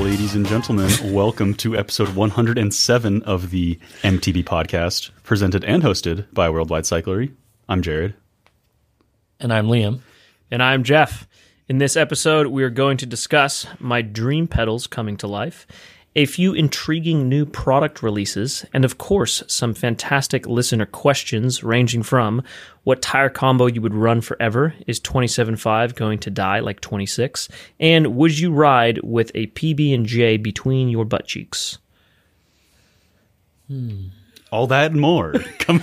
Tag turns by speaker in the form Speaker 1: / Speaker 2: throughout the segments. Speaker 1: Ladies and gentlemen, welcome to episode 107 of the MTB podcast, presented and hosted by Worldwide Cyclery. I'm Jared.
Speaker 2: And I'm Liam.
Speaker 3: And I'm Jeff. In this episode, we are going to discuss my dream pedals coming to life, a few intriguing new product releases, and of course, some fantastic listener questions ranging from what tire combo you would run forever, is 27.5 going to die like 26, and would you ride with a PB&J between your butt cheeks?
Speaker 1: All that and more. Come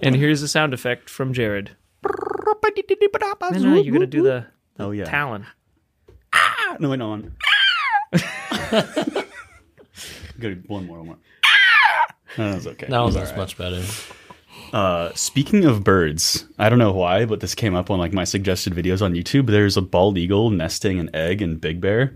Speaker 3: And here's a sound effect from Jared. No, no, you're going to do the
Speaker 1: oh yeah.
Speaker 3: Talon.
Speaker 1: No, wait, no one. Good. One more. One more. No, that was okay.
Speaker 2: That one
Speaker 1: was
Speaker 2: was much better.
Speaker 1: Speaking of birds, I don't know why, but this came up on like my suggested videos on YouTube. There's a bald eagle nesting an egg in Big Bear,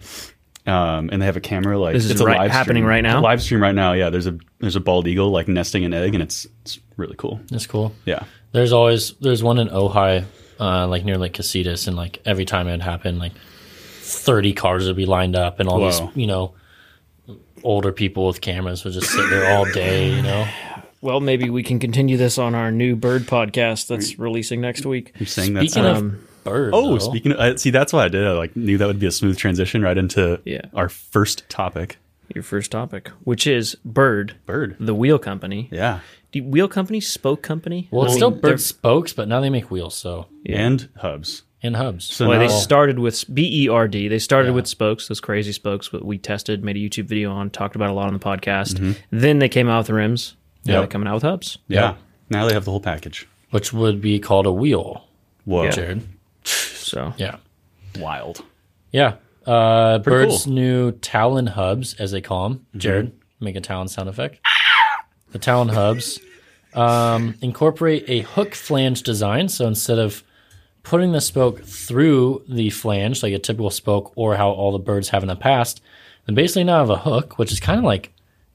Speaker 1: um, and they have a camera like
Speaker 3: This is
Speaker 1: it's a
Speaker 3: right-
Speaker 1: live
Speaker 3: happening
Speaker 1: stream.
Speaker 3: right now?
Speaker 1: It's a live stream right now. Yeah, there's a there's a bald eagle like nesting an egg, and it's it's really cool.
Speaker 2: That's cool.
Speaker 1: Yeah,
Speaker 2: There's always there's one in Ojai, uh, like near Lake Casitas, and like every time it would happen, like thirty cars would be lined up, and all
Speaker 1: Wow.
Speaker 2: these you know older people with cameras would just sit there all day, you know.
Speaker 3: Well, maybe we can continue this on our new bird podcast that's releasing next week.
Speaker 1: you're saying that's
Speaker 2: Speaking of birds,
Speaker 1: oh,
Speaker 2: though,
Speaker 1: speaking of, uh, see that's what I did. I like knew that would be a smooth transition right into
Speaker 3: Yeah.
Speaker 1: our first topic,
Speaker 3: Your first topic, which is Bird,
Speaker 1: bird.
Speaker 3: the wheel company.
Speaker 1: Yeah,
Speaker 3: The wheel company, spoke company.
Speaker 2: well, it's
Speaker 3: I
Speaker 2: still
Speaker 3: mean, they're-
Speaker 2: bird spokes, but now they make wheels, so
Speaker 1: and hubs.
Speaker 2: and hubs.
Speaker 1: So
Speaker 3: Well, they
Speaker 1: now-
Speaker 3: started with B E R D. They started with spokes, those crazy spokes that we tested, made a YouTube video on, talked about a lot on the podcast. Then they came out with the rims. Now
Speaker 1: Mm-hmm. Yep.
Speaker 3: they're coming out with hubs.
Speaker 1: yeah, now they have the whole package.
Speaker 2: which would be called a wheel,
Speaker 1: Whoa,
Speaker 2: Jared.
Speaker 3: So
Speaker 2: Yeah.
Speaker 1: wild.
Speaker 2: Yeah. Uh, Bird's
Speaker 1: cool. Mm-hmm.
Speaker 2: new Talon hubs, as they call them. Jared, make a Talon sound effect. the Talon hubs um, incorporate a hook flange design. So instead of putting the spoke through the flange, like a typical spoke or how all the birds have in the past, they basically now have a hook, which is kind of like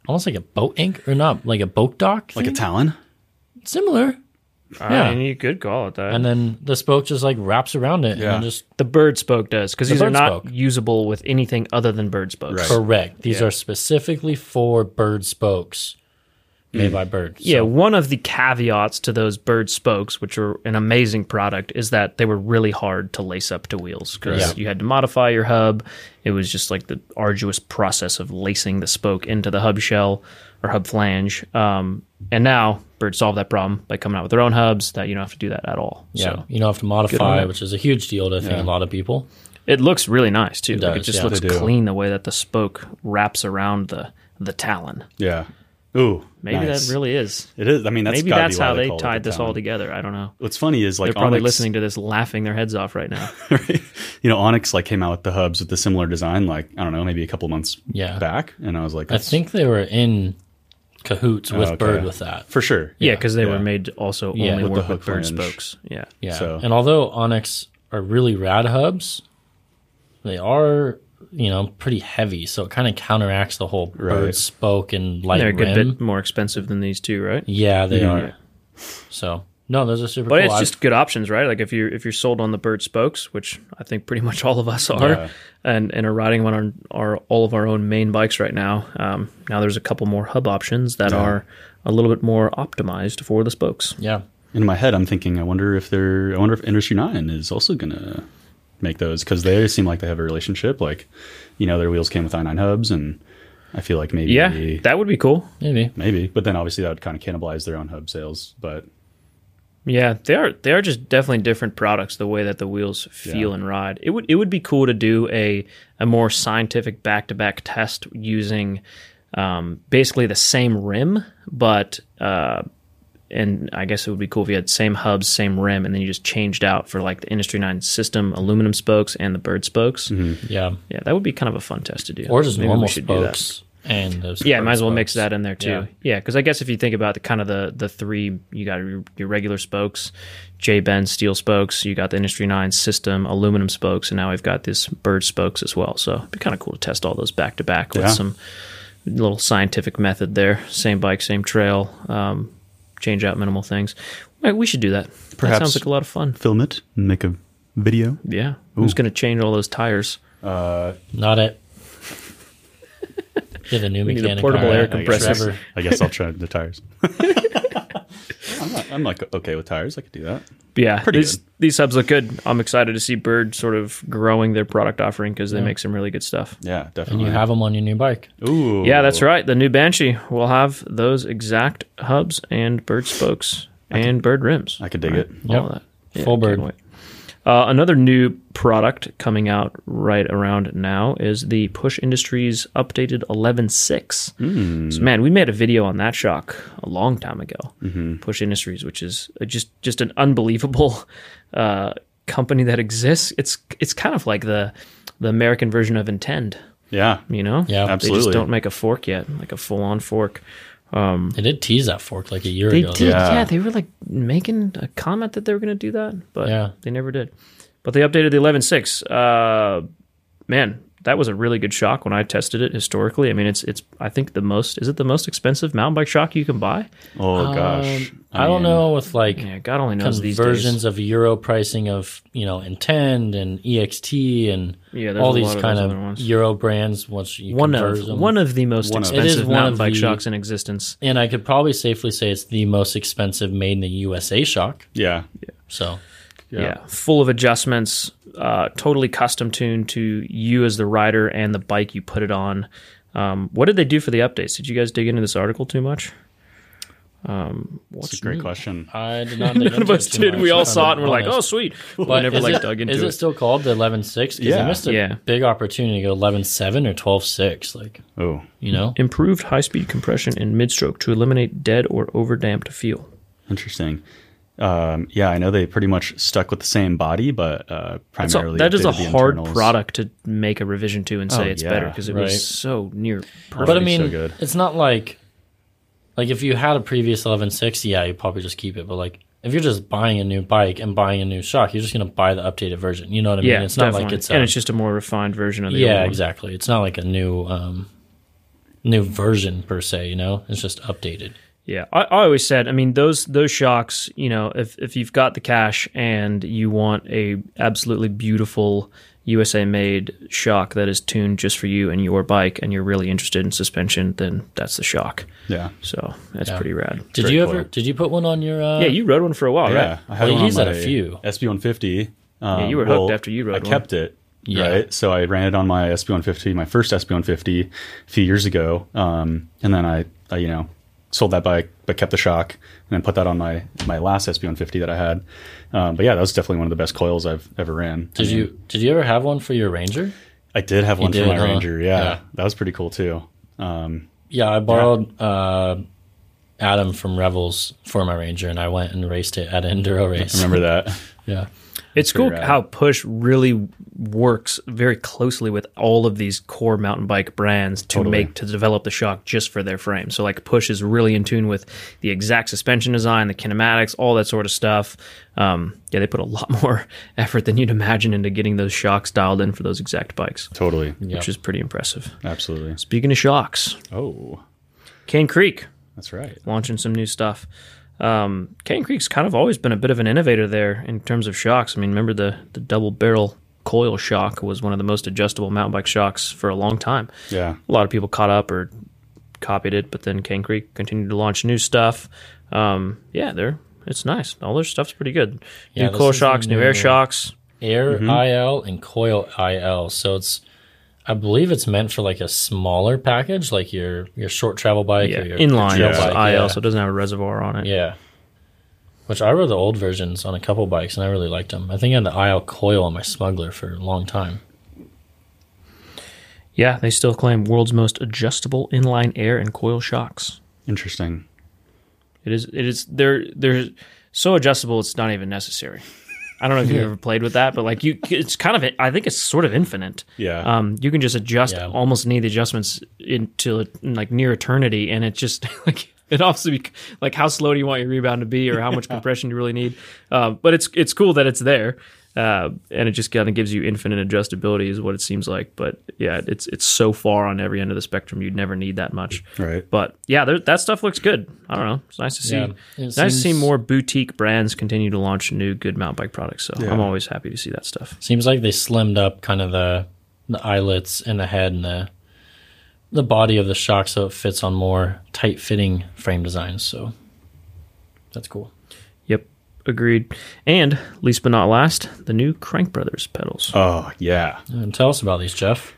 Speaker 2: almost like a boat anchor or not like a boat dock.
Speaker 1: Like a
Speaker 2: thing?
Speaker 1: talon.
Speaker 2: similar.
Speaker 3: yeah.
Speaker 2: Yeah.
Speaker 3: I mean, you could call it that.
Speaker 2: And
Speaker 3: And
Speaker 2: then the spoke just like wraps around it
Speaker 1: Yeah.
Speaker 2: and just
Speaker 3: the bird spoke does, because these are
Speaker 2: bird
Speaker 3: not
Speaker 2: spoke.
Speaker 3: usable with anything other than bird spokes.
Speaker 1: Right.
Speaker 2: Correct. These are specifically for bird spokes made by birds.
Speaker 3: Mm. Yeah, one of the caveats to those bird spokes, which are an amazing product, is that they were really hard to lace up to wheels because
Speaker 2: Yeah.
Speaker 3: you had to modify your hub. It was just like the arduous process of lacing the spoke into the hub shell or hub flange. Um, and now Bird solved that problem by coming out with their own hubs that you don't have to do that at all.
Speaker 2: Yeah.
Speaker 3: So
Speaker 2: you don't have to modify, which is a huge deal to I think a lot of people.
Speaker 3: it looks really nice too. It, like it
Speaker 2: does,
Speaker 3: just
Speaker 2: yeah.
Speaker 3: looks
Speaker 1: They do.
Speaker 3: clean the way that the spoke wraps around the the talon.
Speaker 1: Yeah. Ooh.
Speaker 3: Maybe
Speaker 1: nice.
Speaker 3: that really is.
Speaker 1: It is. I mean, that's
Speaker 3: Maybe
Speaker 1: gotta
Speaker 3: that's
Speaker 1: be why
Speaker 3: how
Speaker 1: they,
Speaker 3: they
Speaker 1: call it
Speaker 3: tied
Speaker 1: the
Speaker 3: this all
Speaker 1: town.
Speaker 3: together. I don't know.
Speaker 1: What's funny is like
Speaker 3: They're probably
Speaker 1: Onyx,
Speaker 3: listening to this laughing their heads off right now.
Speaker 1: You know, Onyx like came out with the hubs with the similar design. Like I don't know, maybe a couple months
Speaker 2: Yeah.
Speaker 1: back, and I was like,
Speaker 2: I
Speaker 1: that's
Speaker 2: think they were in cahoots with
Speaker 1: okay.
Speaker 2: bird with that.
Speaker 1: for sure.
Speaker 3: yeah, because they
Speaker 1: yeah.
Speaker 3: were made to also
Speaker 2: Yeah.
Speaker 3: only
Speaker 2: With
Speaker 1: the
Speaker 3: work
Speaker 1: hook
Speaker 3: with bird
Speaker 1: flange.
Speaker 3: spokes. Yeah.
Speaker 2: Yeah.
Speaker 1: So-
Speaker 2: And although Onyx are really rad hubs, they are you know pretty heavy, so it kind of counteracts the whole
Speaker 1: Right.
Speaker 2: bird spoke and light
Speaker 3: They're a good
Speaker 2: rim.
Speaker 3: bit more expensive than these two, right?
Speaker 2: Yeah, they
Speaker 1: Yeah.
Speaker 2: are. So no, those are super.
Speaker 3: But
Speaker 2: cool.
Speaker 3: it's
Speaker 2: I've-
Speaker 3: just good options, right? Like if you're if you're sold on the bird spokes, which I think pretty much all of us are,
Speaker 1: Yeah.
Speaker 3: and and are riding on our, our all of our own main bikes right now. Um, now there's a couple more hub options that are a little bit more optimized for the spokes.
Speaker 2: yeah.
Speaker 1: In my head, I'm thinking, I wonder if they're, I wonder if Industry Nine is also gonna make those because they seem like they have a relationship. Like, you know, their wheels came with i9 hubs, and I feel like maybe,
Speaker 3: Yeah, that would be cool.
Speaker 2: Maybe.
Speaker 1: maybe. But then obviously that would kind of cannibalize their own hub sales. But
Speaker 3: Yeah, they are they are just definitely different products the way that the wheels feel
Speaker 1: Yeah.
Speaker 3: and ride. It would it would be cool to do a a more scientific back to back test using um, basically the same rim, but uh, and I guess it would be cool if you had same hubs, same rim, and then you just changed out for like the Industry Nine system aluminum spokes and the bird spokes.
Speaker 2: Yeah.
Speaker 3: Yeah, that would be kind of a fun test to do.
Speaker 2: Or just
Speaker 3: Maybe we
Speaker 2: normal
Speaker 3: should do that.
Speaker 2: spokes and those.
Speaker 3: Yeah, might
Speaker 2: bird
Speaker 3: as well mix
Speaker 2: spokes.
Speaker 3: that in there too.
Speaker 2: Yeah.
Speaker 3: Yeah, because I guess if you think about the kind of the the three, you got your, your regular spokes, J Ben steel spokes, you got the Industry Nine system aluminum spokes, and now we've got this bird spokes as well. So it'd be kind of cool to test all those back to back with
Speaker 1: Yeah.
Speaker 3: some little scientific method there. Same bike, same trail, um, change out minimal things. Right, we should do that.
Speaker 1: Perhaps-
Speaker 3: That sounds like a lot of fun.
Speaker 1: film it and make a video.
Speaker 3: Yeah, who's going to change all those tires?
Speaker 2: Not it. Get a new
Speaker 3: We need a
Speaker 2: mechanic.
Speaker 3: portable
Speaker 2: all
Speaker 3: air
Speaker 2: right,
Speaker 3: compressor.
Speaker 2: Trevor.
Speaker 1: I guess I'll try the tires. I'm, not, I'm like okay with tires. I could do that.
Speaker 3: Yeah,
Speaker 1: Pretty
Speaker 3: these
Speaker 1: good.
Speaker 3: these subs look good. I'm excited to see Bird sort of growing their product offering because they make some really good stuff.
Speaker 1: Yeah,
Speaker 2: And
Speaker 1: definitely.
Speaker 2: you have them on your new bike.
Speaker 1: Ooh,
Speaker 3: Yeah, that's right. The new Banshee will have those exact hubs and Bird spokes and Bird rims.
Speaker 1: I could dig it.
Speaker 3: All
Speaker 2: Yep.
Speaker 3: that. Yeah,
Speaker 2: Full
Speaker 3: can't
Speaker 2: Bird.
Speaker 3: wait. Uh, another new product coming out right around now is the Push Industries updated 11.6.
Speaker 1: Hmm.
Speaker 3: So, man, we made a video on that shock a long time ago.
Speaker 1: Mm-hmm.
Speaker 3: Push Industries, which is uh, just just an unbelievable uh, company that exists. It's it's kind of like the the American version of Intend.
Speaker 1: Yeah,
Speaker 3: You know,
Speaker 2: Yeah.
Speaker 3: They
Speaker 1: Absolutely.
Speaker 3: just don't make a fork yet, like a full on fork.
Speaker 2: They did tease that fork like a year
Speaker 3: Hmm. They
Speaker 2: ago.
Speaker 3: did,
Speaker 1: Yeah.
Speaker 3: yeah. They were like making a comment that they were going to do that, but
Speaker 2: Yeah.
Speaker 3: they never did. But they updated the 11.6. Uh, man, that was a really good shock when I tested it historically. I mean, it's it's I think the most is it the most expensive mountain bike shock you can buy?
Speaker 1: Oh gosh,
Speaker 2: Um, I don't
Speaker 1: mean,
Speaker 2: know with like
Speaker 3: Yeah, God only knows these days.
Speaker 2: conversions of euro pricing of you know Intend and EXT and
Speaker 3: Yeah, there's
Speaker 2: all
Speaker 3: a
Speaker 2: these
Speaker 3: lot of
Speaker 2: kind
Speaker 3: those
Speaker 2: of
Speaker 3: other ones.
Speaker 2: euro brands. Once you
Speaker 3: One
Speaker 2: convert
Speaker 3: of
Speaker 2: them.
Speaker 3: one of the most
Speaker 1: One of- It is
Speaker 3: expensive
Speaker 2: one
Speaker 3: mountain
Speaker 2: of
Speaker 3: bike
Speaker 2: the-
Speaker 3: shocks in existence.
Speaker 2: and I could probably safely say it's the most expensive made in the USA shock.
Speaker 1: Yeah,
Speaker 2: So
Speaker 1: Yeah.
Speaker 3: Yeah. full of adjustments, uh, totally custom tuned to you as the rider and the bike you put it on. Um, what did they do for the updates? Did you guys dig into this article too much? Um,
Speaker 1: that's a great question.
Speaker 2: I did not. dig
Speaker 3: None of
Speaker 2: into
Speaker 3: us
Speaker 2: too
Speaker 3: did.
Speaker 2: much,
Speaker 3: We all
Speaker 2: if I'm
Speaker 3: saw it and we're like, "Oh,
Speaker 2: honest.
Speaker 3: sweet!" But
Speaker 2: But
Speaker 3: we never
Speaker 2: is
Speaker 3: like
Speaker 2: it-
Speaker 3: dug
Speaker 2: Is
Speaker 3: into
Speaker 2: it
Speaker 3: it.
Speaker 2: still called the 11.6? Because
Speaker 1: Yeah.
Speaker 2: I missed a
Speaker 3: Yeah.
Speaker 2: big opportunity to go 11.7 or 12.6. Like,
Speaker 1: Oh,
Speaker 2: you know?
Speaker 3: Improved high-speed compression in mid-stroke to eliminate dead or overdamped feel.
Speaker 1: interesting. Um, yeah, I know they pretty much stuck with the same body, but uh,
Speaker 3: That's a-
Speaker 1: primarily
Speaker 3: that is a
Speaker 1: updated the
Speaker 3: hard
Speaker 1: internals.
Speaker 3: product to make a revision to and say
Speaker 1: Oh,
Speaker 3: it's
Speaker 1: yeah,
Speaker 3: better because it
Speaker 2: right.
Speaker 3: was so near. Perfect.
Speaker 2: But I
Speaker 1: That'd be
Speaker 2: mean,
Speaker 1: so good.
Speaker 2: it's not like, like if you had a previous 11.6, yeah, you probably just keep it. But like, if you're just buying a new bike and buying a new shock, you're just going to buy the updated version. You know what I mean?
Speaker 3: yeah,
Speaker 2: it's not
Speaker 3: definitely.
Speaker 2: like it's,
Speaker 3: and
Speaker 2: a-
Speaker 3: it's just a more refined version of the old
Speaker 2: yeah,
Speaker 3: one.
Speaker 2: exactly. It's not like a new, um, new version per se, you know? It's just updated.
Speaker 3: Yeah, I, I always said. I mean, those those shocks. You know, if if you've got the cash and you want a absolutely beautiful USA made shock that is tuned just for you and your bike, and you're really interested in suspension, then that's the shock.
Speaker 1: Yeah,
Speaker 3: So that's
Speaker 2: Yeah.
Speaker 3: pretty rad.
Speaker 2: Did
Speaker 1: Great
Speaker 2: you ever,
Speaker 1: coil.
Speaker 2: did you put one on your, uh,
Speaker 3: yeah, you rode one for a while,
Speaker 1: Oh, yeah.
Speaker 3: right?
Speaker 1: I had
Speaker 2: Well,
Speaker 1: one
Speaker 2: he's
Speaker 1: on
Speaker 2: had a
Speaker 1: my
Speaker 2: few.
Speaker 1: SB150. Um,
Speaker 3: you were hooked after you rode
Speaker 1: I
Speaker 3: one.
Speaker 1: kept it.
Speaker 2: Yeah.
Speaker 1: Right. So I ran it on my SB150, my first SB150 a few years ago. Um, and then I, I, you know, sold that bike, but kept the shock and then put that on my, my last SB150 that I had. Um, but yeah, that was definitely one of the best coils I've ever ran. I
Speaker 2: Did
Speaker 1: mean,
Speaker 2: you did you ever have one for your Ranger?
Speaker 1: I did have one
Speaker 2: did,
Speaker 1: for my
Speaker 2: huh?
Speaker 1: Ranger. Yeah,
Speaker 2: Yeah.
Speaker 1: That was pretty cool too.
Speaker 2: Yeah, I borrowed uh, Adam from Revels for my Ranger, and I went and raced it at an enduro race.
Speaker 1: Remember that?
Speaker 2: Yeah,
Speaker 3: It's cool
Speaker 1: rad.
Speaker 3: how push really works very closely with all of these core mountain bike brands to make to develop the shock just for their frame. So like push is really in tune with the exact suspension design, the kinematics, all that sort of stuff. Um, yeah, they put a lot more effort than you'd imagine into getting those shocks dialed in for those exact bikes,
Speaker 1: totally.
Speaker 3: which is pretty impressive.
Speaker 1: Absolutely.
Speaker 3: Speaking of shocks,
Speaker 1: Oh,
Speaker 3: Cane Creek
Speaker 1: that's right.
Speaker 3: launching some new stuff. Um, Cane Creek's kind of always been a bit of an innovator there in terms of shocks. I mean, remember the the double barrel coil shock was one of the most adjustable mountain bike shocks for a long time.
Speaker 1: Yeah.
Speaker 3: A lot of people caught up or copied it, but then Cane Creek continued to launch new stuff. Um, yeah, they're it's nice. All their stuff's pretty good.
Speaker 2: Yeah,
Speaker 3: new
Speaker 2: this
Speaker 3: coil
Speaker 2: is the
Speaker 3: shocks, new, air
Speaker 2: new-
Speaker 3: shocks.
Speaker 2: Air IL and Coil IL. So it's, I believe it's meant for like a smaller package, like your your short travel bike
Speaker 3: Yeah,
Speaker 2: or your
Speaker 3: inline
Speaker 2: trail
Speaker 3: it's
Speaker 2: bike.
Speaker 3: IL,
Speaker 2: yeah.
Speaker 3: so it doesn't have a reservoir on it.
Speaker 2: yeah. Which I rode the old versions on a couple bikes, and I really liked them. I think I had the IL Coil on my Smuggler for a long time.
Speaker 3: yeah, they still claim world's most adjustable inline air and coil shocks.
Speaker 1: Interesting.
Speaker 3: It is. It is. They're they're so adjustable. It's not even necessary. I don't know if you've ever played with that, but like you, it's kind of. I think it's sort of infinite.
Speaker 1: Yeah.
Speaker 3: Um, you can just adjust
Speaker 2: Yeah.
Speaker 3: almost any of the adjustments into like near eternity, and it just like it obviously bec- like how slow do you want your rebound to be, or how much compression do you really need. Uh, but it's it's cool that it's there, uh, and it just kind of gives you infinite adjustability, is what it seems like. But yeah, it's it's so far on every end of the spectrum, you'd never need that much.
Speaker 1: Right.
Speaker 3: But yeah, there- that stuff looks good. I don't know. It's nice to see.
Speaker 2: Yeah. It
Speaker 3: nice to see
Speaker 2: seems-
Speaker 3: more boutique brands continue to launch new good mountain bike products. So I'm always happy to see that stuff.
Speaker 2: Seems like they slimmed up kind of the the eyelets and the head and the the body of the shock so it fits on more tight fitting frame designs. So that's cool.
Speaker 3: Yep, agreed. And least but not last, the new Crank Brothers pedals.
Speaker 1: Oh yeah,
Speaker 2: And tell us about these, Jeff.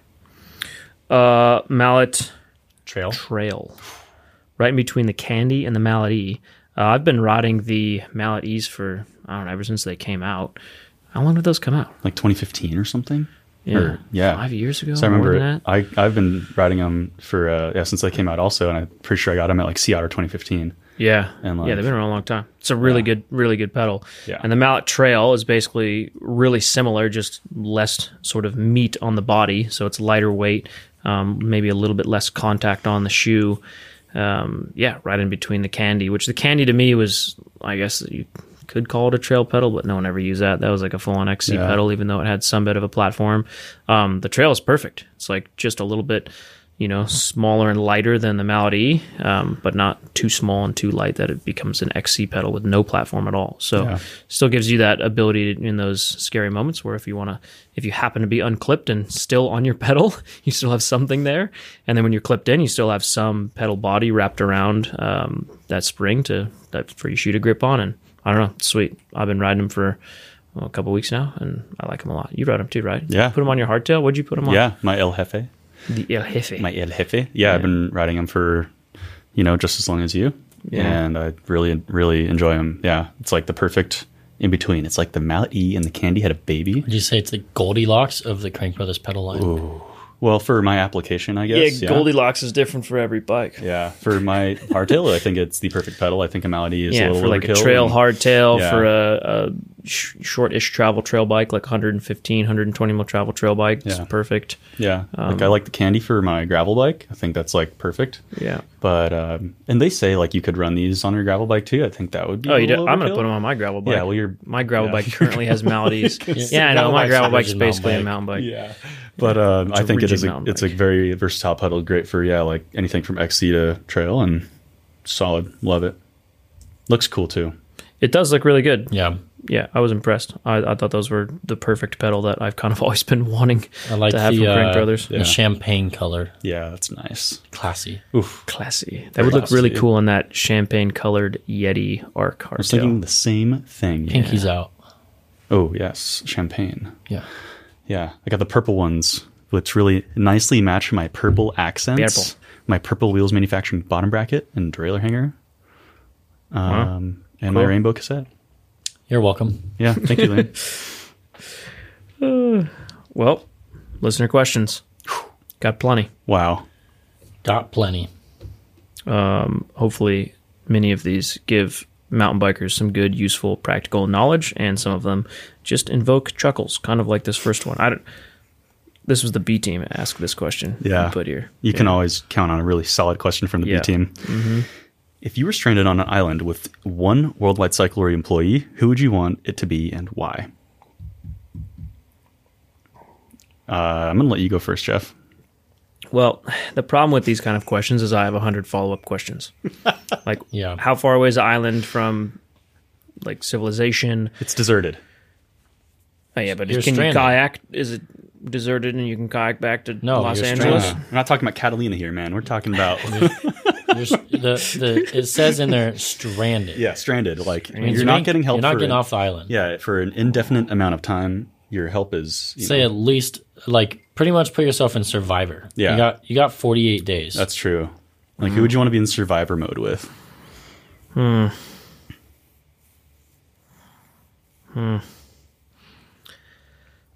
Speaker 3: Uh, mallet
Speaker 2: Trail.
Speaker 3: Trail, right in between the Candy and the Mallet E. Uh, I've been riding the Mallet E's for I don't know ever since they came out. How long did those come out?
Speaker 1: like 2015 or something.
Speaker 3: Yeah,
Speaker 1: Or- yeah.
Speaker 3: five years ago.
Speaker 1: So I
Speaker 3: more
Speaker 1: remember
Speaker 3: than
Speaker 1: it, I I've been riding them for uh, yeah since they came out also, and I'm pretty sure I got them at like Sea Otter 2015.
Speaker 3: Yeah.
Speaker 1: and
Speaker 3: yeah,
Speaker 1: live.
Speaker 3: they've been around a long time. It's a really good, really good pedal.
Speaker 1: Yeah.
Speaker 3: And the mallet trail is basically really similar, just less sort of meat on the body. So it's lighter weight, um, maybe a little bit less contact on the shoe. Um, yeah, right in between the candy, which the candy to me was, I guess you could call it a trail pedal, but no one ever used that. That was like a full on XC
Speaker 1: Yeah.
Speaker 3: pedal, even though it had some bit of a platform. Um, the trail is perfect. It's like just a little bit you know, smaller and lighter than the Mallet E, um, but not too small and too light that it becomes an XC pedal with no platform at all. So,
Speaker 1: Yeah.
Speaker 3: still gives you that ability to, in those scary moments where if you want to, if you happen to be unclipped and still on your pedal, you still have something there. And then when you're clipped in, you still have some pedal body wrapped around um, that spring to that for your shoe to grip on. And I don't know, it's sweet. I've been riding them for. well, a couple weeks now, and I like them a lot. You ride them too, right?
Speaker 1: Yeah.
Speaker 3: Put them on your hardtail. What'd you put them on?
Speaker 1: Yeah, my El Jefe,
Speaker 3: The El Jefe.
Speaker 1: my El Jefe. Yeah, I've been riding them for you know just as long as you,
Speaker 3: Yeah.
Speaker 1: and I really really enjoy them. Yeah, it's like the perfect in between. It's like the Mallet E and the Candy had a baby.
Speaker 2: Would you say it's the Goldilocks of the Crank Brothers pedal line?
Speaker 1: Well, for my application, I guess.
Speaker 3: yeah, Goldilocks is different for every bike.
Speaker 1: Yeah, for my hardtail, I think it's the perfect pedal. I think a Malady is a
Speaker 3: Yeah,
Speaker 1: little
Speaker 3: for like a
Speaker 1: overkill
Speaker 3: trail
Speaker 1: and-
Speaker 3: hardtail,
Speaker 1: Yeah.
Speaker 3: for a, a sh- short-ish travel trail bike, like 115, 120 mile travel trail bike, it's
Speaker 1: Yeah.
Speaker 3: perfect.
Speaker 1: Yeah, like
Speaker 3: Um,
Speaker 1: I like the Candy for my gravel bike. I think that's like perfect.
Speaker 3: Yeah.
Speaker 1: But um, and they say like you could run these on your gravel bike too. I think that would be.
Speaker 3: Oh,
Speaker 1: a
Speaker 3: you do,
Speaker 1: little
Speaker 3: I'm going to
Speaker 1: overkill.
Speaker 3: put them on my gravel bike.
Speaker 1: Yeah, well, you're-
Speaker 3: my gravel
Speaker 1: yeah.
Speaker 3: bike currently has maladies. yeah, I know. My
Speaker 2: Gravel
Speaker 3: gravel
Speaker 2: bike's
Speaker 3: bike's
Speaker 2: a rigid
Speaker 3: basically a
Speaker 2: mountain
Speaker 3: mountain bike.
Speaker 1: Yeah, but um, I
Speaker 3: a
Speaker 1: think it
Speaker 3: rigid
Speaker 1: is. A,
Speaker 3: mountain
Speaker 1: it's a
Speaker 3: bike.
Speaker 1: very versatile pedal, great for yeah, like anything from XC to trail and solid. Love it. Looks cool too.
Speaker 3: It does look really good.
Speaker 2: Yeah.
Speaker 3: Yeah, I was impressed. I, I thought those were the perfect pedal that I've kind of always been wanting
Speaker 2: I like
Speaker 3: to have
Speaker 2: the,
Speaker 3: from Crank
Speaker 2: uh,
Speaker 3: Brothers.
Speaker 2: the
Speaker 1: Yeah.
Speaker 2: champagne color.
Speaker 1: Yeah, that's nice.
Speaker 2: Classy.
Speaker 1: Oof.
Speaker 3: Classy. That would look
Speaker 1: Classy.
Speaker 3: really cool in that champagne-colored Yeti arc
Speaker 1: I was
Speaker 3: hardtail.
Speaker 1: thinking the same thing. Yeah.
Speaker 2: Pinky's out.
Speaker 1: Oh yes, champagne.
Speaker 2: Yeah.
Speaker 1: Yeah, I got the purple ones, which really nicely match my purple accents,
Speaker 3: Purple.
Speaker 1: my purple wheels manufacturing bottom bracket and trailer hanger, um, and my
Speaker 3: Cool.
Speaker 1: rainbow cassette.
Speaker 2: You're welcome.
Speaker 1: Yeah, thank you, Lane.
Speaker 3: Well, listener questions. Got plenty.
Speaker 1: Wow.
Speaker 2: Got plenty.
Speaker 3: Hopefully, many of these give mountain bikers some good, useful, practical knowledge, and some of them just invoke chuckles, kind of like this first one. I don't. This was the B team asked this question.
Speaker 1: Yeah.
Speaker 3: Put here.
Speaker 1: You can always count on a really solid question from the
Speaker 3: Yeah.
Speaker 1: B team. If you were stranded on an island with one worldwide cyclery employee, who would you want it to be and why? Uh, I'm gonna let you go first, Jeff.
Speaker 3: Well, the problem with these kind of questions is I have hundred follow up questions. like,
Speaker 2: Yeah.
Speaker 3: how far away is the island from? Like civilization,
Speaker 1: It's deserted.
Speaker 3: oh, yeah, but
Speaker 2: You're
Speaker 3: can
Speaker 2: stranded.
Speaker 3: you kayak? Is it deserted and you can kayak back to
Speaker 2: No,
Speaker 3: Los
Speaker 2: you're
Speaker 3: Angeles?
Speaker 2: stranded.
Speaker 1: We're not talking about Catalina here, man. We're talking about
Speaker 2: You're, s- the, the, it says in there stranded.
Speaker 1: yeah, stranded. Like
Speaker 2: It means
Speaker 1: you're
Speaker 2: being-
Speaker 1: not getting help.
Speaker 2: You're not
Speaker 1: for
Speaker 2: getting
Speaker 1: an-
Speaker 2: off the island.
Speaker 1: Yeah, for an indefinite amount of time, your help is you
Speaker 2: Say
Speaker 1: know,
Speaker 2: at least like pretty much put yourself in survivor.
Speaker 1: Yeah.
Speaker 2: You got you got 48 days.
Speaker 1: that's true. Like
Speaker 2: Mm-hmm.
Speaker 1: who would you want to be in survivor mode with?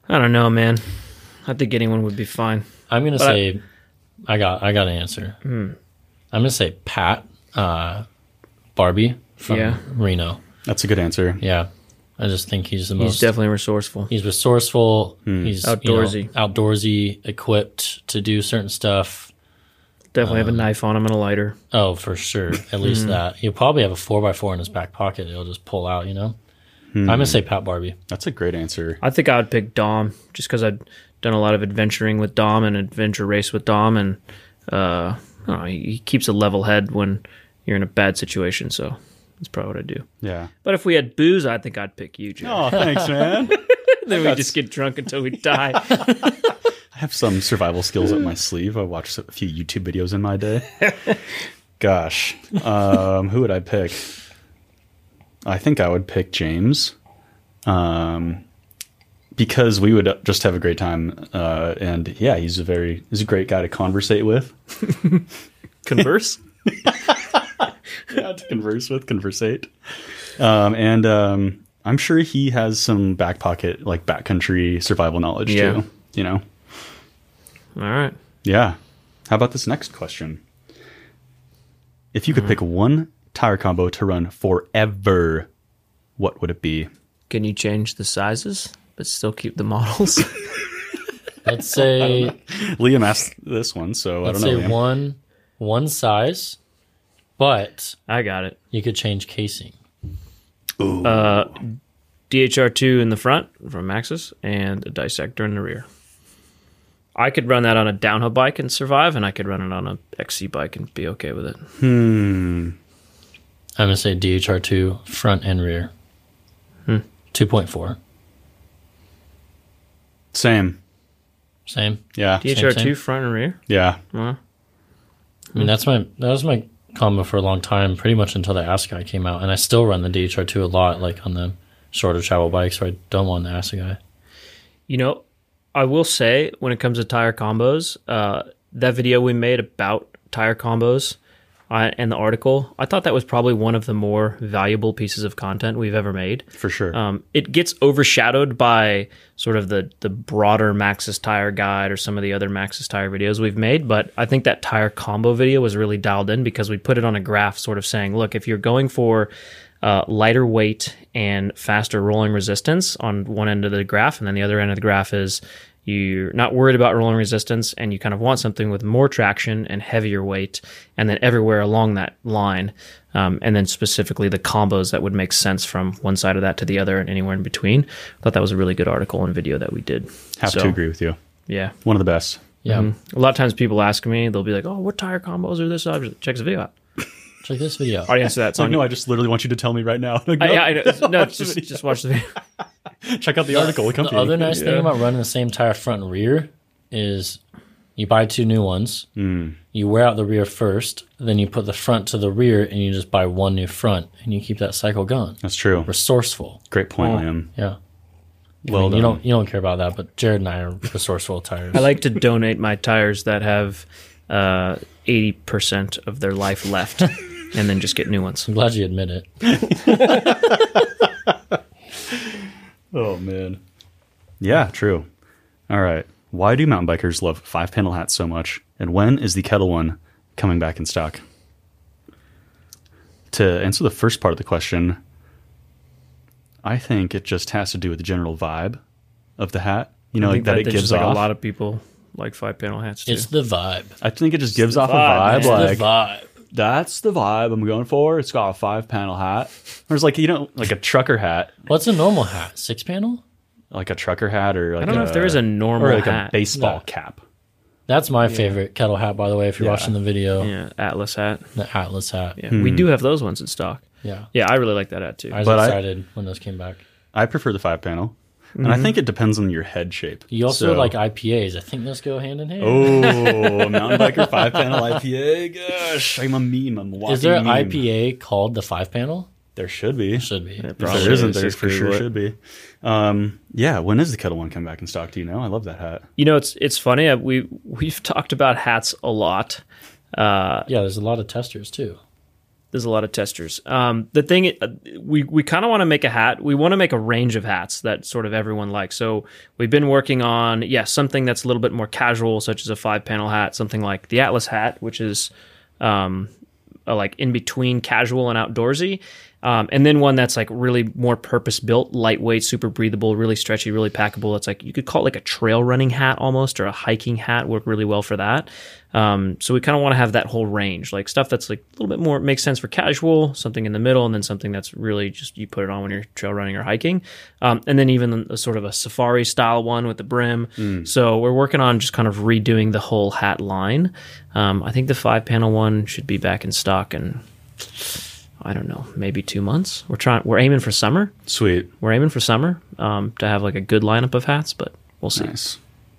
Speaker 3: I don't know, man. I think anyone would be fine.
Speaker 2: I'm gonna
Speaker 3: I-
Speaker 2: say, I, got I got an answer.
Speaker 3: Hmm.
Speaker 2: I'm gonna say Pat, uh, Barbie from
Speaker 3: Yeah.
Speaker 2: Reno.
Speaker 1: That's a good answer.
Speaker 2: Yeah, I just think he's the most.
Speaker 3: He's definitely resourceful.
Speaker 2: he's resourceful.
Speaker 1: Hmm.
Speaker 2: He's you know,
Speaker 3: Outdoorsy.
Speaker 2: outdoorsy, equipped to do certain stuff.
Speaker 3: Definitely
Speaker 2: Uh,
Speaker 3: have a knife on him and a lighter.
Speaker 2: Oh, for sure. At least
Speaker 3: Hmm.
Speaker 2: that he'll probably have a four x four in his back pocket. He'll just pull out. You know.
Speaker 1: Hmm.
Speaker 2: I'm gonna say Pat Barbie.
Speaker 1: That's a great answer.
Speaker 3: I think I would pick Dom just because I'd done a lot of adventuring with Dom and adventure race with Dom, and uh, I don't know, he, he keeps a level head when you're in a bad situation. So that's probably what I do.
Speaker 1: Yeah.
Speaker 3: But if we had booze, I think I'd pick you, Jared.
Speaker 1: Oh, thanks, man.
Speaker 3: then we just get drunk until we die.
Speaker 1: I have some survival skills up my sleeve. I watched a few YouTube videos in my day. Gosh, um, who would I pick? I think I would pick James, um, because we would just have a great time. Uh, and yeah, he's a very he's a great guy to conversate with,
Speaker 3: Converse.
Speaker 1: Yeah, to converse with, conversate. Um, and um, I'm sure he has some back pocket like backcountry survival knowledge
Speaker 3: Yeah.
Speaker 1: too. You know.
Speaker 3: All right.
Speaker 1: Yeah. How about this next question? If you could
Speaker 2: Uh-huh.
Speaker 1: pick one tire combo to run forever, what would it be?
Speaker 3: Can you change the sizes but still keep the models?
Speaker 2: Let's say
Speaker 1: Liam asked this one, so
Speaker 2: let's
Speaker 1: I
Speaker 2: say
Speaker 1: don't know. Liam.
Speaker 2: one one size, but
Speaker 3: I got it.
Speaker 2: you could change casing.
Speaker 3: DHR2 in the front from Maxis and a dissector in the rear. I could run that on a downhill bike and survive, and I could run it on a XC bike and be okay with it.
Speaker 2: I'm gonna say DHR two front and rear. Two point four.
Speaker 1: Same.
Speaker 2: Same.
Speaker 1: Yeah.
Speaker 3: DHR2
Speaker 2: same.
Speaker 3: front and rear.
Speaker 1: Yeah.
Speaker 2: I mean that's my that was my combo for a long time, pretty much until the Ascii came out, and I still run the DHR two a lot, like on the shorter travel bikes where I don't want the Ascii.
Speaker 3: You know, I will say when it comes to tire combos, uh, that video we made about tire combos uh, and the article, I thought that was probably one of the more valuable pieces of content we've ever made.
Speaker 1: For sure.
Speaker 2: Uh,
Speaker 3: Um, it gets overshadowed by sort of the the broader Maxis tire guide or some of the other Maxis tire videos we've made, but I think that tire combo video was really dialed in because we put it on a graph, sort of saying, look, if you're going for uh, lighter weight and faster rolling resistance on one end of the graph, and then the other end of the graph is you're not worried about rolling resistance and you kind of want something with more traction and heavier weight and then everywhere along that line um, and then specifically the combos that would make sense from one side of that to the other and anywhere in between i thought that was a really good article and video that we did
Speaker 1: Have
Speaker 3: So,
Speaker 1: to agree with you.
Speaker 3: yeah
Speaker 1: One of the best.
Speaker 2: Yeah.
Speaker 3: a lot of times people ask me they'll be like oh what tire combos are this object check this video out
Speaker 2: Check this video.
Speaker 3: i already answered that
Speaker 1: So
Speaker 3: so
Speaker 1: no, I just literally want you to tell me right now. Like,
Speaker 3: I,
Speaker 1: no,
Speaker 3: yeah, I know. No,
Speaker 1: watch the
Speaker 3: just,
Speaker 1: video.
Speaker 3: just watch the video.
Speaker 1: check out the article.
Speaker 2: The
Speaker 1: accompanying.
Speaker 2: other nice thing
Speaker 1: Yeah.
Speaker 2: about running the same tire front and rear is you buy two new ones,
Speaker 1: Hmm.
Speaker 2: you wear out the rear first, then you put the front to the rear and you just buy one new front and you keep that cycle going.
Speaker 1: that's true.
Speaker 2: Resourceful.
Speaker 1: Great point,
Speaker 2: Oh,
Speaker 1: Liam.
Speaker 2: Yeah.
Speaker 1: Well
Speaker 2: I mean,
Speaker 1: done.
Speaker 2: you don't you don't care about that, but Jared and I are resourceful tires.
Speaker 3: I like to donate my tires that have uh, 80% of their life left and then just get new ones.
Speaker 2: I'm glad you admit it.
Speaker 1: Oh man. Yeah, true. All right. Why do mountain bikers love five panel hats so much? And when is the kettle one coming back in stock? To answer the first part of the question, I think it just has to do with the general vibe of the hat. You know,
Speaker 3: I
Speaker 1: like
Speaker 3: think
Speaker 1: that, it
Speaker 3: there's
Speaker 1: gives
Speaker 3: just, like
Speaker 1: off.
Speaker 3: a lot of people like five panel hats too.
Speaker 2: It's the vibe.
Speaker 1: I think it just gives off
Speaker 3: vibe,
Speaker 1: a vibe.
Speaker 2: It's
Speaker 1: Like
Speaker 2: the vibe.
Speaker 1: that's the vibe I'm going for. It's got a five panel hat. There's like you know, like a trucker hat,
Speaker 2: What's a normal hat? Six panel?
Speaker 1: like a trucker hat, or like
Speaker 3: I don't know if there is a normal
Speaker 1: or like
Speaker 3: hat.
Speaker 1: a baseball
Speaker 2: No.
Speaker 1: cap.
Speaker 2: That's my favorite kettle hat, by the way, if you're
Speaker 1: Yeah.
Speaker 2: watching the video.
Speaker 3: yeah, Atlas hat.
Speaker 2: The Atlas hat.
Speaker 3: Yeah, we do have those ones in stock.
Speaker 2: Yeah.
Speaker 3: Yeah, I really like that hat too.
Speaker 2: I was
Speaker 1: But Hmm. I-
Speaker 2: excited when those came back.
Speaker 1: I prefer the five panel, and I think it depends on your head shape.
Speaker 2: You also
Speaker 1: So-
Speaker 2: like uh, IPAs. I think those go hand in hand.
Speaker 1: oh a mountain biker five panel IPA. Gosh, I'm a meme. I'm a walking
Speaker 2: Is there an
Speaker 1: meme.
Speaker 2: IPA called the five panel?
Speaker 1: There should be.
Speaker 2: Should be.
Speaker 3: Yeah,
Speaker 1: If
Speaker 3: Probably
Speaker 1: there isn't,
Speaker 3: is.
Speaker 1: there
Speaker 3: Just
Speaker 1: for sure
Speaker 3: Google it.
Speaker 1: should be. Um, yeah, when is the kettle one come back in stock? Do you know? I love that hat.
Speaker 3: you know, it's it's funny. uh, We we've talked about hats a lot. Uh,
Speaker 2: Yeah, there's a lot of testers too.
Speaker 3: there's a lot of testers. Um, the thing uh, we we kind of want to make a hat. We want to make a range of hats that sort of everyone likes. So we've been working on yeah something that's a little bit more casual, such as a five panel hat, something like the Atlas hat, which is um, uh, like in between casual and outdoorsy. Um, and then one that's like really more purpose built, lightweight, super breathable, really stretchy, really packable. It's like you could call it like a trail running hat almost, or a hiking hat work really well for that. Um, so we kind of want to have that whole range, like stuff that's like a little bit more makes sense for casual, something in the middle, and then something that's really just you put it on when you're trail running or hiking. Um, and then even a sort of a safari style one with the brim.
Speaker 2: Hmm.
Speaker 3: So we're working on just kind of redoing the whole hat line. Um, I think the five panel one should be back in stock in I don't know, maybe two months. We're trying. We're aiming for summer.
Speaker 1: Sweet,
Speaker 3: We're aiming for summer um, to have like a good lineup of hats, but we'll see.
Speaker 1: nice.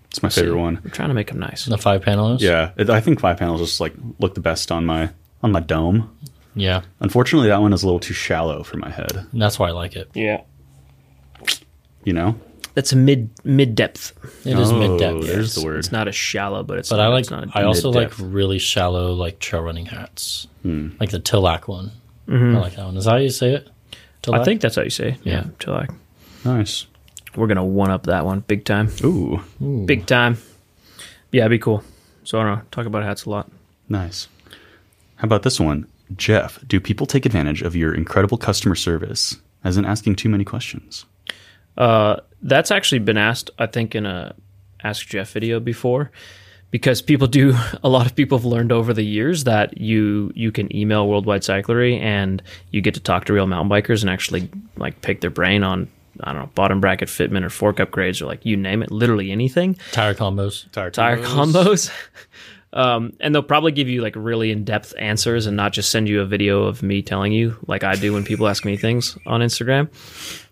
Speaker 1: It's my favorite one.
Speaker 3: I'm trying to make them nice.
Speaker 2: The five panelers.
Speaker 1: Yeah, it, I think five panels just like look the best on my on my dome.
Speaker 2: Yeah.
Speaker 1: Unfortunately, that one is a little too shallow for my head.
Speaker 2: And that's why I like it.
Speaker 3: Yeah.
Speaker 1: You know,
Speaker 3: That's a mid mid depth.
Speaker 2: It is
Speaker 1: Oh,
Speaker 2: mid depth.
Speaker 1: There's the word.
Speaker 3: It's not a shallow, but it's
Speaker 2: But
Speaker 3: not,
Speaker 2: I like.
Speaker 3: it's not a
Speaker 2: I also like
Speaker 1: mid-depth.
Speaker 2: really shallow, like trail running hats, like the Tillac one.
Speaker 3: Mm-hmm.
Speaker 2: I like that one. Is that how you say it? Tillac?
Speaker 3: I think that's how you say. it.
Speaker 2: Yeah.
Speaker 3: Tilak.
Speaker 1: nice.
Speaker 3: We're gonna one up that one big time.
Speaker 1: Ooh,
Speaker 3: Big time. Yeah, it'd be cool. So I don't know. Talk about hats a lot.
Speaker 1: nice. How about this one, Jeff? Do people take advantage of your incredible customer service, as in asking too many questions?
Speaker 3: Uh, that's actually been asked, I think, in a Ask Jeff video before, because people do. A lot of people have learned over the years that you you can email Worldwide Cyclery and you get to talk to real mountain bikers and actually like pick their brain on I don't know bottom bracket fitment or fork upgrades or like you name it, literally anything.
Speaker 2: tire combos.
Speaker 3: tire combos. Um, and they'll probably give you like really in-depth answers and not just send you a video of me telling you like I do when people ask me things on Instagram.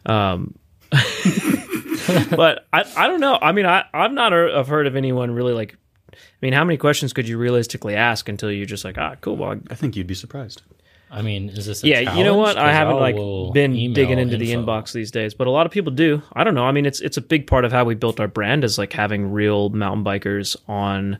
Speaker 3: Um, but I, I don't know. I mean, I, I've not heard, I've heard of anyone really like, I mean, how many questions could you realistically ask until you're just like, ah, cool. Well, I-
Speaker 1: I think you'd be surprised.
Speaker 2: I mean, is this? A
Speaker 3: yeah, you know
Speaker 2: challenge?
Speaker 3: what? I
Speaker 2: 'Cause
Speaker 3: haven't like
Speaker 2: will
Speaker 3: been
Speaker 2: email
Speaker 3: digging into the
Speaker 2: info.
Speaker 3: inbox these days, but a lot of people do. I don't know. I mean, it's it's a big part of how we built our brand is like having real mountain bikers on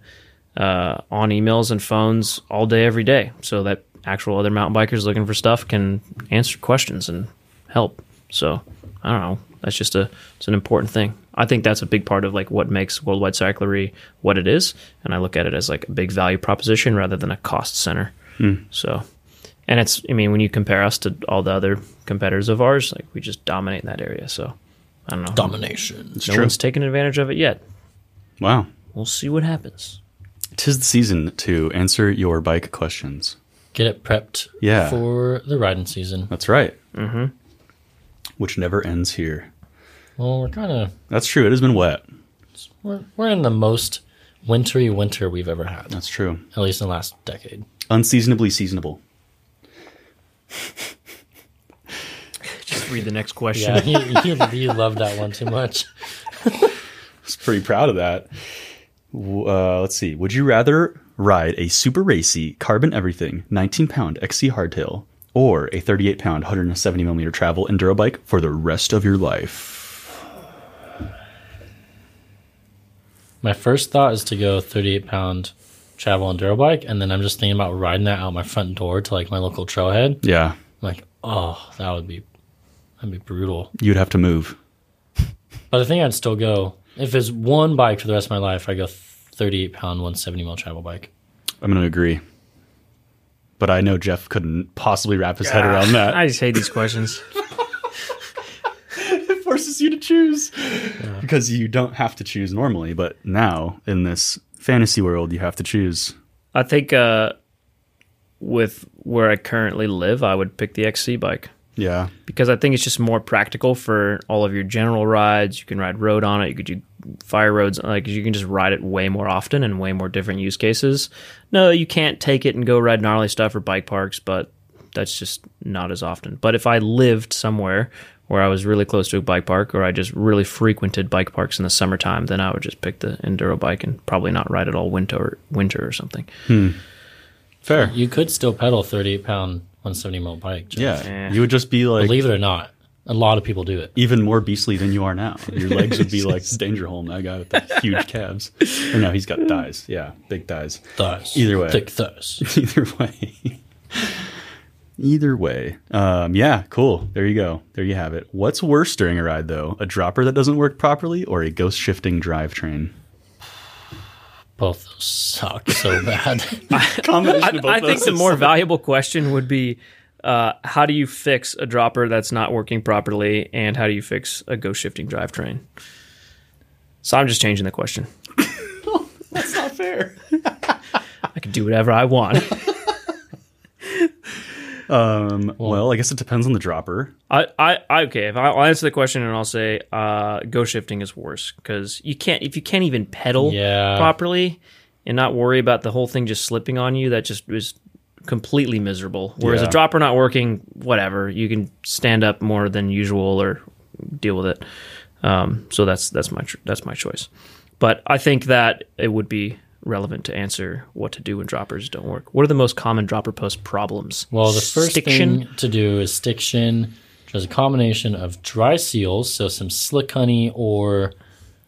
Speaker 3: uh, on emails and phones all day every day, so that actual other mountain bikers looking for stuff can answer questions and help. So I don't know. That's just a it's an important thing. I think that's a big part of like what makes Worldwide Cyclery what it is, and I look at it as like a big value proposition rather than a cost center. So, and it's, I mean, when you compare us to all the other competitors of ours, like we just dominate in that area. So, I don't know.
Speaker 2: Domination.
Speaker 3: no
Speaker 1: true.
Speaker 3: one's taken advantage of it yet.
Speaker 1: Wow.
Speaker 3: We'll see what happens.
Speaker 1: Tis the season to answer your bike questions.
Speaker 2: Get it prepped.
Speaker 1: Yeah.
Speaker 2: For the riding season.
Speaker 1: That's right. Mm-hmm. Which never ends here.
Speaker 2: Well, we're kind of
Speaker 1: That's true. It has been wet.
Speaker 2: we're we're in the most wintry winter we've ever had,
Speaker 1: That's true.
Speaker 2: at least in the last decade.
Speaker 1: Unseasonably seasonable.
Speaker 3: Just read the next question.
Speaker 2: Yeah, you, you, you love that one too much.
Speaker 1: was pretty proud of that. W- Uh, let's see. Would you rather ride a super racy carbon everything 19 pound XC hardtail or a 38 pound 170 millimeter travel enduro bike for the rest of your life?
Speaker 2: My first thought is to go 38 pound travel enduro bike, and then I'm just thinking about riding that out my front door to like my local trailhead. I'm
Speaker 1: Yeah,
Speaker 2: like, oh, that would be that'd be brutal.
Speaker 1: you'd have to move.
Speaker 2: But I think I'd still go if it's one bike for the rest of my life. I go 38 pound 170 mil travel bike.
Speaker 1: I'm going to agree. But I know Jeff couldn't possibly wrap his head around that.
Speaker 3: I just hate these questions.
Speaker 1: it forces you to choose because you don't have to choose normally, but now in this fantasy world, you have to choose.
Speaker 3: I think uh, with where I currently live, I would pick the XC bike.
Speaker 1: Yeah,
Speaker 3: because I think it's just more practical for all of your general rides. You can ride road on it. You could do fire roads. uh, Like you can just ride it way more often and way more different use cases. No, you can't take it and go ride gnarly stuff or bike parks, but that's just not as often. But if I lived somewhere where I was really close to a bike park or I just really frequented bike parks in the summertime, then I would just pick the enduro bike and probably not ride it all winter, winter or something.
Speaker 1: fair.
Speaker 2: You could still pedal 38 pound 170 mil bike. Jeff.
Speaker 1: Yeah,
Speaker 3: Eh.
Speaker 1: you would just be like,
Speaker 2: believe it or not, a lot of people do it.
Speaker 1: even more beastly than you are now. Your legs would be like Dangerholm, that guy with the huge calves. Or no, he's got thighs. Yeah, big thighs.
Speaker 2: Thighs.
Speaker 1: Either way.
Speaker 2: thick thighs.
Speaker 1: Either way. Either way. Um, yeah, cool. There you go. There you have it. What's worse during a ride, though? A dropper that doesn't work properly or a ghost shifting drivetrain?
Speaker 2: Both those suck so bad.
Speaker 1: Combination of both
Speaker 3: I think
Speaker 1: those
Speaker 3: the
Speaker 1: is-
Speaker 3: more valuable question would be uh, how do you fix a dropper that's not working properly, and how do you fix a ghost shifting drivetrain? So I'm just changing the question.
Speaker 1: That's not fair.
Speaker 3: I can do whatever I want.
Speaker 1: Um, Well, I guess it depends on the dropper.
Speaker 3: I, I, I okay. If I, I'll answer the question and I'll say uh, ghost shifting is worse because you can't if you can't even pedal
Speaker 2: Yeah.
Speaker 3: properly and not worry about the whole thing just slipping on you. That just is completely miserable. Whereas
Speaker 1: Yeah.
Speaker 3: a dropper not working, whatever, you can stand up more than usual or deal with it. Um, so that's that's my tr- that's my choice. But I think that it would be relevant to answer what to do when droppers don't work. What are the most common dropper post problems?
Speaker 2: Well, the first
Speaker 3: Stiction?
Speaker 2: thing to do is stiction, which is a combination of dry seals, so some slick honey or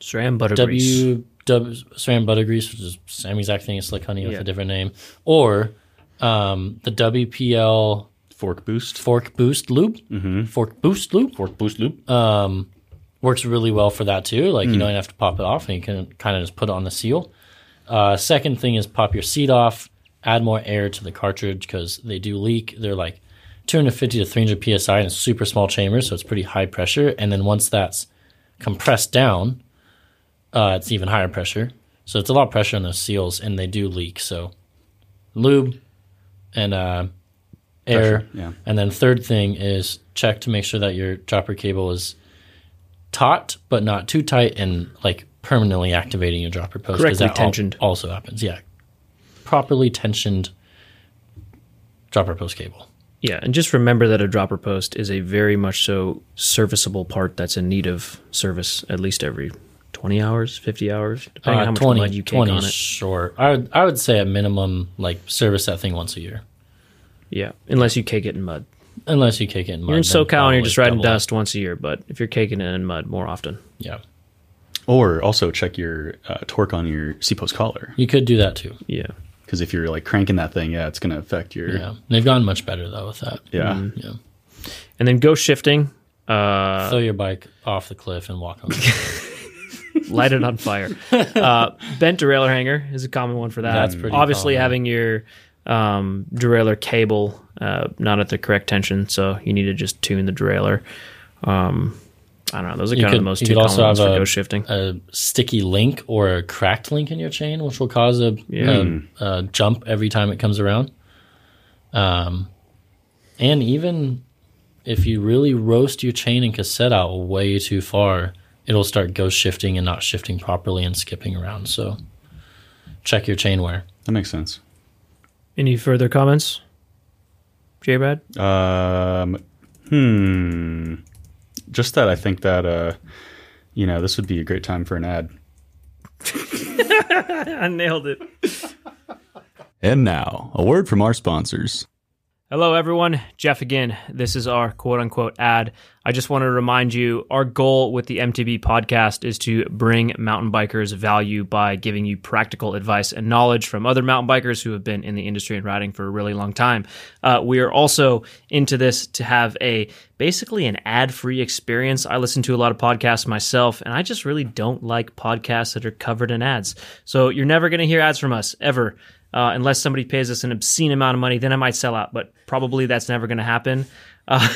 Speaker 3: SRAM butter grease.
Speaker 2: W W SRAM butter grease, which is same exact thing as slick honey with
Speaker 3: Yeah.
Speaker 2: a different name, or um, the WPL
Speaker 1: Fork boost.
Speaker 2: fork boost loop. Mm-hmm. Fork boost loop Um,
Speaker 1: Fork boost loop. Mm.
Speaker 2: works really well for that too. Like you don't have to pop it off, and you can kind of just put it on the seal. Uh, second thing is pop your seat off, add more air to the cartridge because they do leak. They're like 250 to 300 psi in a super small chamber, so it's pretty high pressure. And then once that's compressed down, uh, it's even higher pressure. So it's a lot of pressure on those seals, and they do leak. So lube and uh, air.
Speaker 1: Pressure, yeah.
Speaker 2: And then third thing is check to make sure that your dropper cable is taut but not too tight and like permanently activating your dropper post. 'cause
Speaker 3: Correctly
Speaker 2: that al-
Speaker 3: tensioned.
Speaker 2: also happens. Yeah. Properly tensioned dropper post cable.
Speaker 3: Yeah, and just remember that a dropper post is a very much so serviceable part that's in need of service at least every 20 hours, 50 hours, depending on how
Speaker 2: Uh,
Speaker 3: much
Speaker 2: 20,
Speaker 3: mud you kick
Speaker 2: 20
Speaker 3: on
Speaker 2: is
Speaker 3: it.
Speaker 2: short. I would, I would say a minimum, like service that thing once a year.
Speaker 3: Yeah, unless you cake it in mud.
Speaker 2: Unless you kick it in mud.
Speaker 3: You're in
Speaker 2: then
Speaker 3: SoCal and
Speaker 2: probably
Speaker 3: you're just riding
Speaker 2: double it.
Speaker 3: dust once a year, but if you're caking it in mud more often,
Speaker 2: Yeah.
Speaker 1: Or also check your uh, torque on your C post collar.
Speaker 2: You could do that too.
Speaker 3: yeah.
Speaker 1: Because if you're like cranking that thing, yeah, it's going to affect your.
Speaker 2: Yeah. They've gotten much better though with that.
Speaker 1: Yeah.
Speaker 2: Yeah.
Speaker 3: And then go shifting, uh,
Speaker 2: Throw your bike off the cliff and walk on it.
Speaker 3: light it on fire. Uh, bent derailleur hanger is a common one for that.
Speaker 2: That's pretty
Speaker 3: Obviously,
Speaker 2: common.
Speaker 3: having your um, derailleur cable uh, not at the correct tension, so you need to just tune the derailleur. Um, I don't know. Those are
Speaker 2: You
Speaker 3: kind of
Speaker 2: could-
Speaker 3: the most
Speaker 2: you
Speaker 3: two
Speaker 2: could
Speaker 3: common
Speaker 2: also
Speaker 3: ones
Speaker 2: have
Speaker 3: for
Speaker 2: a-
Speaker 3: go shifting.
Speaker 2: a sticky link or a cracked link in your chain, which will cause a,
Speaker 3: Yeah.
Speaker 2: a, a jump every time it comes around. Um, and even if you really roast your chain and cassette out way too far, it'll start ghost shifting and not shifting properly and skipping around. So check your chain wear.
Speaker 1: That makes sense.
Speaker 3: Any further comments, J Brad?
Speaker 1: Um, hmm. Just that I think that, uh, you know, this would be a great time for an ad.
Speaker 3: I nailed it.
Speaker 1: And now, a word from our sponsors.
Speaker 3: Hello, everyone. Jeff again. This is our quote unquote ad. I just want to remind you our goal with the MTB podcast is to bring mountain bikers value by giving you practical advice and knowledge from other mountain bikers who have been in the industry and riding for a really long time. Uh, we are also into this to have a basically an ad free experience. I listen to a lot of podcasts myself, and I just really don't like podcasts that are covered in ads. So you're never going to hear ads from us ever uh, unless somebody pays us an obscene amount of money, then I might sell out. But probably that's never going to happen. Uh,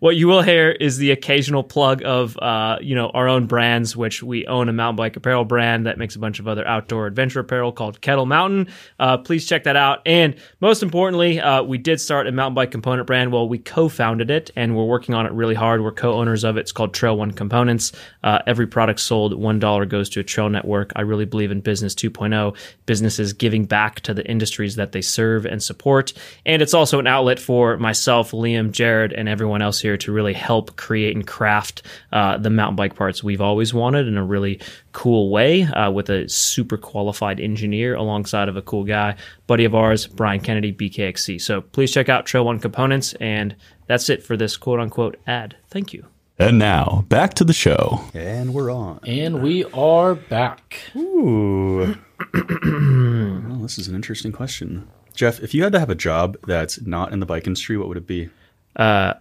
Speaker 3: what you will hear is the occasional plug of uh, you know our own brands, which we own a mountain bike apparel brand that makes a bunch of other outdoor adventure apparel called Kettle Mountain. Uh, please check that out. And most importantly, uh, we did start a mountain bike component brand. Well, we co-founded it and we're working on it really hard. We're co-owners of it. It's called Trail One Components. Uh, every product sold, one dollar goes to a trail network. I really believe in business oh, 2.0, businesses giving back to the industries that they serve and support. And it's also an outlet for myself, Liam, Jared, and everyone else here to really help create and craft uh, the mountain bike parts we've always wanted in a really cool way uh, with a super qualified engineer alongside of a cool guy, buddy of ours, Brian Kennedy, BKXC. So please check out Trail One Components. And that's it for this quote unquote ad. Thank you.
Speaker 1: And now, back to the show. And we're on.
Speaker 2: And we are back.
Speaker 1: Ooh. well, this is an interesting question. Jeff, if you had to have a job that's not in the bike industry, what would it be?
Speaker 3: Uh,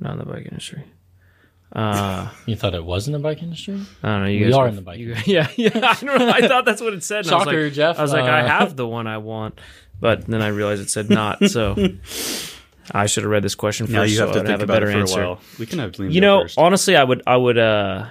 Speaker 3: Not in the bike industry.
Speaker 2: You thought it was in the bike industry?
Speaker 3: I don't know.
Speaker 2: We
Speaker 3: You guys
Speaker 2: are
Speaker 3: were-
Speaker 2: in the bike
Speaker 3: you- yeah, yeah. I, don't know, I thought that's what it said. and I was
Speaker 2: Shocker,
Speaker 3: like,
Speaker 2: Jeff.
Speaker 3: I was like, I
Speaker 2: Uh,
Speaker 3: have the one I want, but then I realized it said not. So I should have read this question first. so I'd have a better answer.
Speaker 1: We can have Liam
Speaker 3: You
Speaker 1: go
Speaker 3: know,
Speaker 1: first.
Speaker 3: honestly, I would, I would, uh,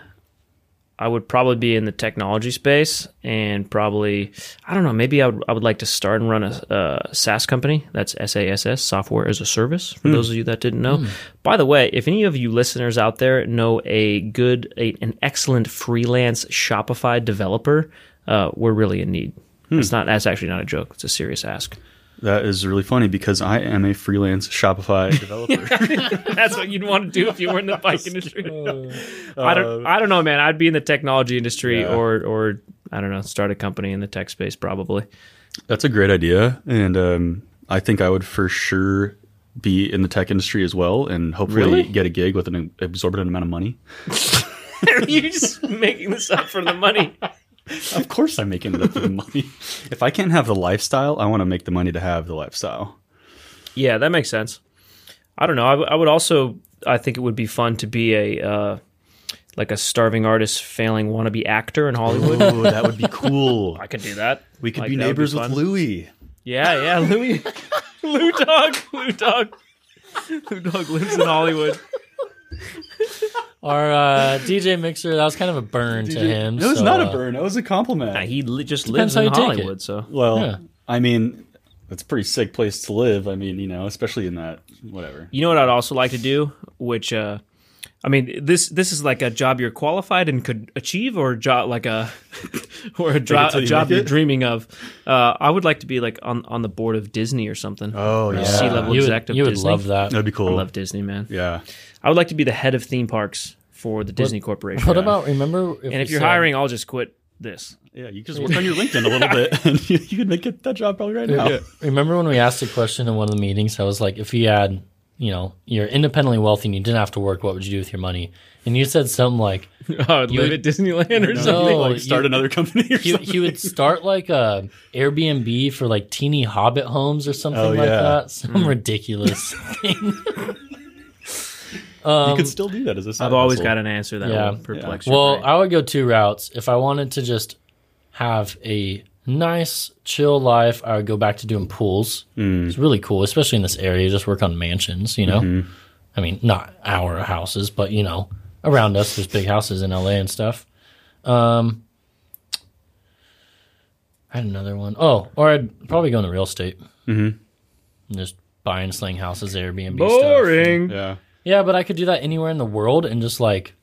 Speaker 3: I would probably be in the technology space, and probably, I don't know, maybe I would, I would like to start and run a, a SaaS company. That's S A S S, software as a service. For those of you that didn't know, by the way, if any of you listeners out there know a good, a, an excellent freelance Shopify developer, uh, we're really in need. It's not. That's actually not a joke. It's a serious ask.
Speaker 1: That is really funny because I am a freelance Shopify developer.
Speaker 3: That's what you'd want to do if you were in the bike industry. I don't. I don't know, man. I'd be in the technology industry
Speaker 1: Yeah.
Speaker 3: or or I don't know, start a company in the tech space probably.
Speaker 1: That's a great idea, and um, I think I would for sure be in the tech industry as well, and hopefully
Speaker 3: Really?
Speaker 1: get a gig with an exorbitant amount of money.
Speaker 3: You're just making this up for the money.
Speaker 1: Of course, I'm making it up for the money. If I can't have the lifestyle, I want to make the money to have the lifestyle.
Speaker 3: Yeah, that makes sense. I don't know. I, w- I would also. I think it would be fun to be a uh, like a starving artist, failing wannabe actor in Hollywood.
Speaker 1: Ooh, that would be cool.
Speaker 3: I could do that.
Speaker 1: We could
Speaker 3: Like,
Speaker 1: be
Speaker 3: that would
Speaker 1: neighbors with
Speaker 3: fun.
Speaker 1: Louie.
Speaker 3: Yeah, yeah, Louis, Lou Dog, Lou Dog, Lou Dog lives in Hollywood.
Speaker 2: Our uh, DJ Mixer, that was kind of a burn to him.
Speaker 1: It was
Speaker 2: so,
Speaker 1: not a
Speaker 2: uh,
Speaker 1: burn. It was a compliment.
Speaker 3: Nah, he li- just
Speaker 2: Depends
Speaker 3: lives
Speaker 2: how
Speaker 3: in
Speaker 2: you take it.
Speaker 3: Hollywood, so
Speaker 1: well,
Speaker 2: Yeah.
Speaker 1: I mean, that's a pretty sick place to live. I mean, you know, especially in that whatever.
Speaker 3: You know what I'd also like to do, which uh I mean this this is like a job you're qualified and could achieve or a job like a or a, dro-
Speaker 1: till
Speaker 3: a
Speaker 1: you
Speaker 3: job
Speaker 1: make
Speaker 3: you're
Speaker 1: it?
Speaker 3: dreaming of. Uh I would like to be like on on the board of Disney or something.
Speaker 1: Oh
Speaker 3: yeah. C-level.
Speaker 2: uh, You would,
Speaker 3: executive
Speaker 2: you would
Speaker 3: Disney.
Speaker 2: love that.
Speaker 1: That'd be
Speaker 3: I
Speaker 1: cool.
Speaker 3: love Disney, man.
Speaker 1: yeah.
Speaker 3: I would like to be the head of theme parks for the Disney Corporation.
Speaker 2: What about remember? If
Speaker 3: and if
Speaker 2: we
Speaker 3: you're
Speaker 2: said-
Speaker 3: hiring, I'll just quit this.
Speaker 1: Yeah, you just work on your LinkedIn a little bit, and you, you could make it that job probably right now.
Speaker 2: Oh, remember when we asked a question in one of the meetings? I was like, if you had, you know, you're independently wealthy and you didn't have to work, what would you do with your money? And you said something like,
Speaker 3: Oh, live
Speaker 2: would-
Speaker 3: at Disneyland or
Speaker 2: No.
Speaker 3: something.
Speaker 2: you-
Speaker 1: like start another company or
Speaker 2: he,
Speaker 1: something.
Speaker 2: he would start like a Airbnb for like teeny hobbit homes or something
Speaker 1: Oh,
Speaker 2: like
Speaker 1: yeah.
Speaker 2: that. Some
Speaker 3: Mm.
Speaker 2: ridiculous thing.
Speaker 1: you
Speaker 2: um,
Speaker 1: could still do that as a side
Speaker 3: I've always
Speaker 1: hustle.
Speaker 3: got an answer that
Speaker 2: Yeah.
Speaker 3: will perplex your
Speaker 2: Well,
Speaker 3: brain.
Speaker 2: I would go two routes. If I wanted to just have a nice, chill life, I would go back to doing pools. It's really cool, especially in this area. Just work on mansions, you know? I mean, not our houses, but, you know, around us, there's big houses in LA and stuff. Um, I had another one. Oh, or I'd probably go into real estate. Mm-hmm. And just buy and sling houses, Airbnb stuff.
Speaker 3: boring.
Speaker 1: Yeah.
Speaker 2: Yeah, but I could do that anywhere in the world and just like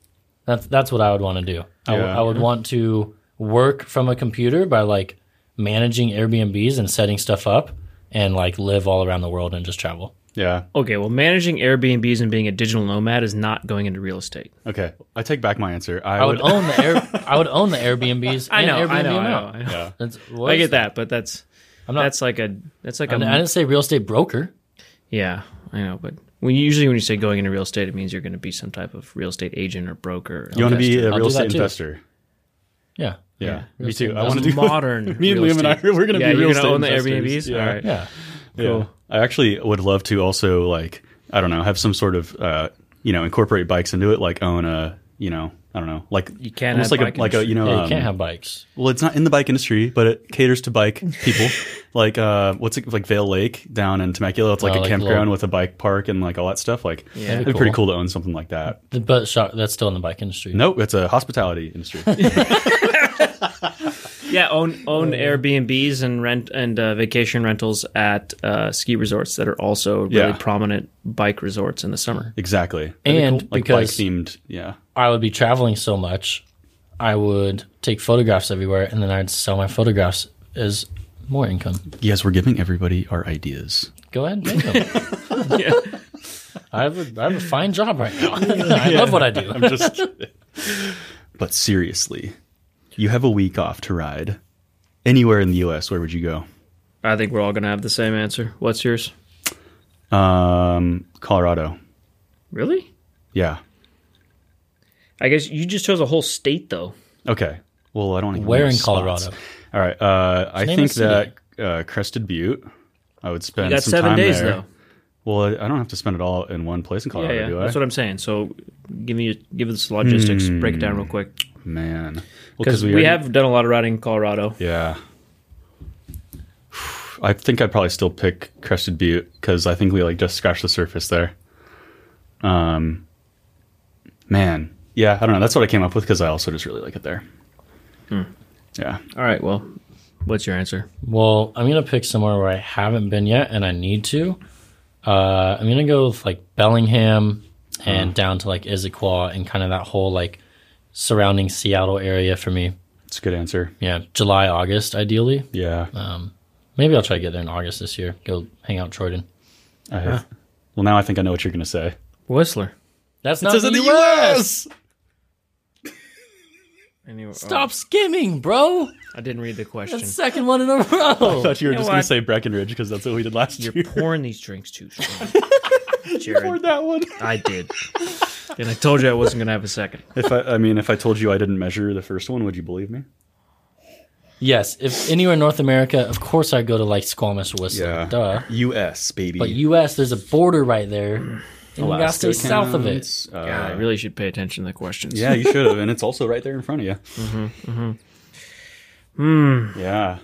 Speaker 2: that's that's what I would want to do. I w-
Speaker 1: Yeah.
Speaker 2: I would want to work from a computer by like managing Airbnbs and setting stuff up and like live all around the world and just travel.
Speaker 1: Yeah.
Speaker 3: Okay, well, managing Airbnbs and being a digital nomad is not going into real estate.
Speaker 1: Okay. I take back my answer. I,
Speaker 2: I
Speaker 1: would.
Speaker 2: would own the air I would own the Airbnbs and
Speaker 3: I know,
Speaker 2: Airbnb
Speaker 3: I know, I know,
Speaker 2: amount.
Speaker 3: I know.
Speaker 1: yeah.
Speaker 2: That's, what
Speaker 3: I
Speaker 2: is
Speaker 3: get that, but that's
Speaker 2: I'm not
Speaker 3: that's like a that's like
Speaker 2: I
Speaker 3: a
Speaker 2: didn't say real estate broker.
Speaker 3: yeah, I know. But when you, usually when you say going into real estate, it means you're going to be some type of real estate agent or broker. or
Speaker 1: You want to be
Speaker 3: investor.
Speaker 1: a
Speaker 2: I'll
Speaker 1: real
Speaker 2: do that
Speaker 1: estate
Speaker 2: too.
Speaker 1: investor?
Speaker 2: Yeah.
Speaker 1: Yeah.
Speaker 2: Real
Speaker 1: Me too.
Speaker 2: estate
Speaker 1: I want to do
Speaker 3: modern.
Speaker 1: Me and
Speaker 3: real
Speaker 1: Liam and I,
Speaker 3: estate.
Speaker 1: we're gonna
Speaker 3: yeah,
Speaker 1: be real
Speaker 3: you're
Speaker 1: estate
Speaker 3: gonna own the
Speaker 1: investors.
Speaker 3: Airbnbs.
Speaker 1: Yeah.
Speaker 3: All right.
Speaker 2: Yeah.
Speaker 1: Yeah. I actually would love to also like I don't know have some sort of uh, you know incorporate bikes into it like own a you know I don't know like
Speaker 3: You can't
Speaker 1: almost
Speaker 3: have
Speaker 1: like
Speaker 3: bike
Speaker 1: a like a you know
Speaker 2: Yeah, you
Speaker 1: um,
Speaker 2: can't have bikes.
Speaker 1: well it's not in the bike industry but it caters to bike people like uh what's it like Vale Lake down in Temecula it's like
Speaker 2: Oh,
Speaker 1: a
Speaker 2: like
Speaker 1: campground
Speaker 2: little-
Speaker 1: with a bike park and like all that stuff like
Speaker 3: Yeah.
Speaker 1: it'd be
Speaker 2: Cool.
Speaker 1: pretty cool to own something like that
Speaker 2: The- But shop, that's still in the bike industry.
Speaker 1: nope it's a hospitality industry
Speaker 3: Yeah, own own Airbnbs and rent and uh, vacation rentals at uh, ski resorts that are also really
Speaker 1: Yeah.
Speaker 3: prominent bike resorts in the summer.
Speaker 1: exactly
Speaker 2: And
Speaker 1: like bike
Speaker 2: because
Speaker 1: themed yeah
Speaker 2: I would be traveling so much, I would take photographs everywhere, and then I'd sell my photographs as more income.
Speaker 1: yes we're giving everybody our ideas
Speaker 2: Go ahead, and make them. I have a, I have a fine job right now. I love what I do.
Speaker 1: I'm just kidding. But seriously, you have a week off to ride anywhere in the U.S. Where would you go?
Speaker 3: I think we're all going to have the same answer. What's yours?
Speaker 1: Um, Colorado.
Speaker 3: Really?
Speaker 1: Yeah.
Speaker 3: I guess you just chose a whole state though.
Speaker 1: Okay. Well, I don't. even
Speaker 2: Where
Speaker 1: know
Speaker 2: in
Speaker 1: spots.
Speaker 2: Colorado?
Speaker 1: All right. Uh, I
Speaker 2: name
Speaker 1: think
Speaker 2: a city.
Speaker 1: that uh, Crested Butte. I would spend
Speaker 3: You got
Speaker 1: some
Speaker 3: seven
Speaker 1: time
Speaker 3: days
Speaker 1: there.
Speaker 3: though.
Speaker 1: Well, I I don't have to spend it all in one place in Colorado,
Speaker 3: yeah, yeah.
Speaker 1: do I?
Speaker 3: That's what I'm saying. So give me give us logistics, break it down real quick
Speaker 1: Man. Well,
Speaker 3: because we,
Speaker 1: already-
Speaker 3: have done a lot of riding in Colorado.
Speaker 1: Yeah. I think I'd probably still pick Crested Butte because I think we like just scratched the surface there. Um, man, yeah, I don't know. That's what I came up with because I also just really like it there.
Speaker 3: Hmm.
Speaker 1: Yeah,
Speaker 3: All right, well, what's your answer?
Speaker 2: Well, I'm gonna pick somewhere where I haven't been yet, and I need to. Uh, I'm gonna go with like Bellingham and down to like Issaquah and kind of that whole like surrounding Seattle area for me.
Speaker 1: it's a good answer.
Speaker 2: Yeah, July, August, ideally.
Speaker 1: Yeah,
Speaker 2: Um, Maybe I'll try to get there in August this year. Go hang out in Troyden.
Speaker 1: I have. Well, now I think I know what you're going to say.
Speaker 3: Whistler.
Speaker 2: That's not the, US.
Speaker 3: Anyway, oh,
Speaker 2: Stop skimming, bro.
Speaker 3: I didn't read the question.
Speaker 2: That's second one in a row.
Speaker 1: thought you were
Speaker 3: know
Speaker 1: just going
Speaker 3: what?
Speaker 1: to say Breckenridge because that's what we did last
Speaker 3: You're
Speaker 1: year.
Speaker 3: pouring these drinks too strong. Jared,
Speaker 1: that one.
Speaker 3: I did. And I told you I wasn't going to have a second.
Speaker 1: If I, I mean, if I told you I didn't measure the first one, would you believe me?
Speaker 2: yes, if anywhere in North America, of course I go to like Squamish Whistler. Duh.
Speaker 1: U.S. baby.
Speaker 2: But US, there's a border right there. And you gotta stay south of it.
Speaker 1: counts, uh,
Speaker 3: God, I really should pay attention to the questions.
Speaker 1: yeah, you should have, and it's also right there in front of you. Mm-hmm,
Speaker 2: Hmm.
Speaker 1: mm-hmm. Yeah,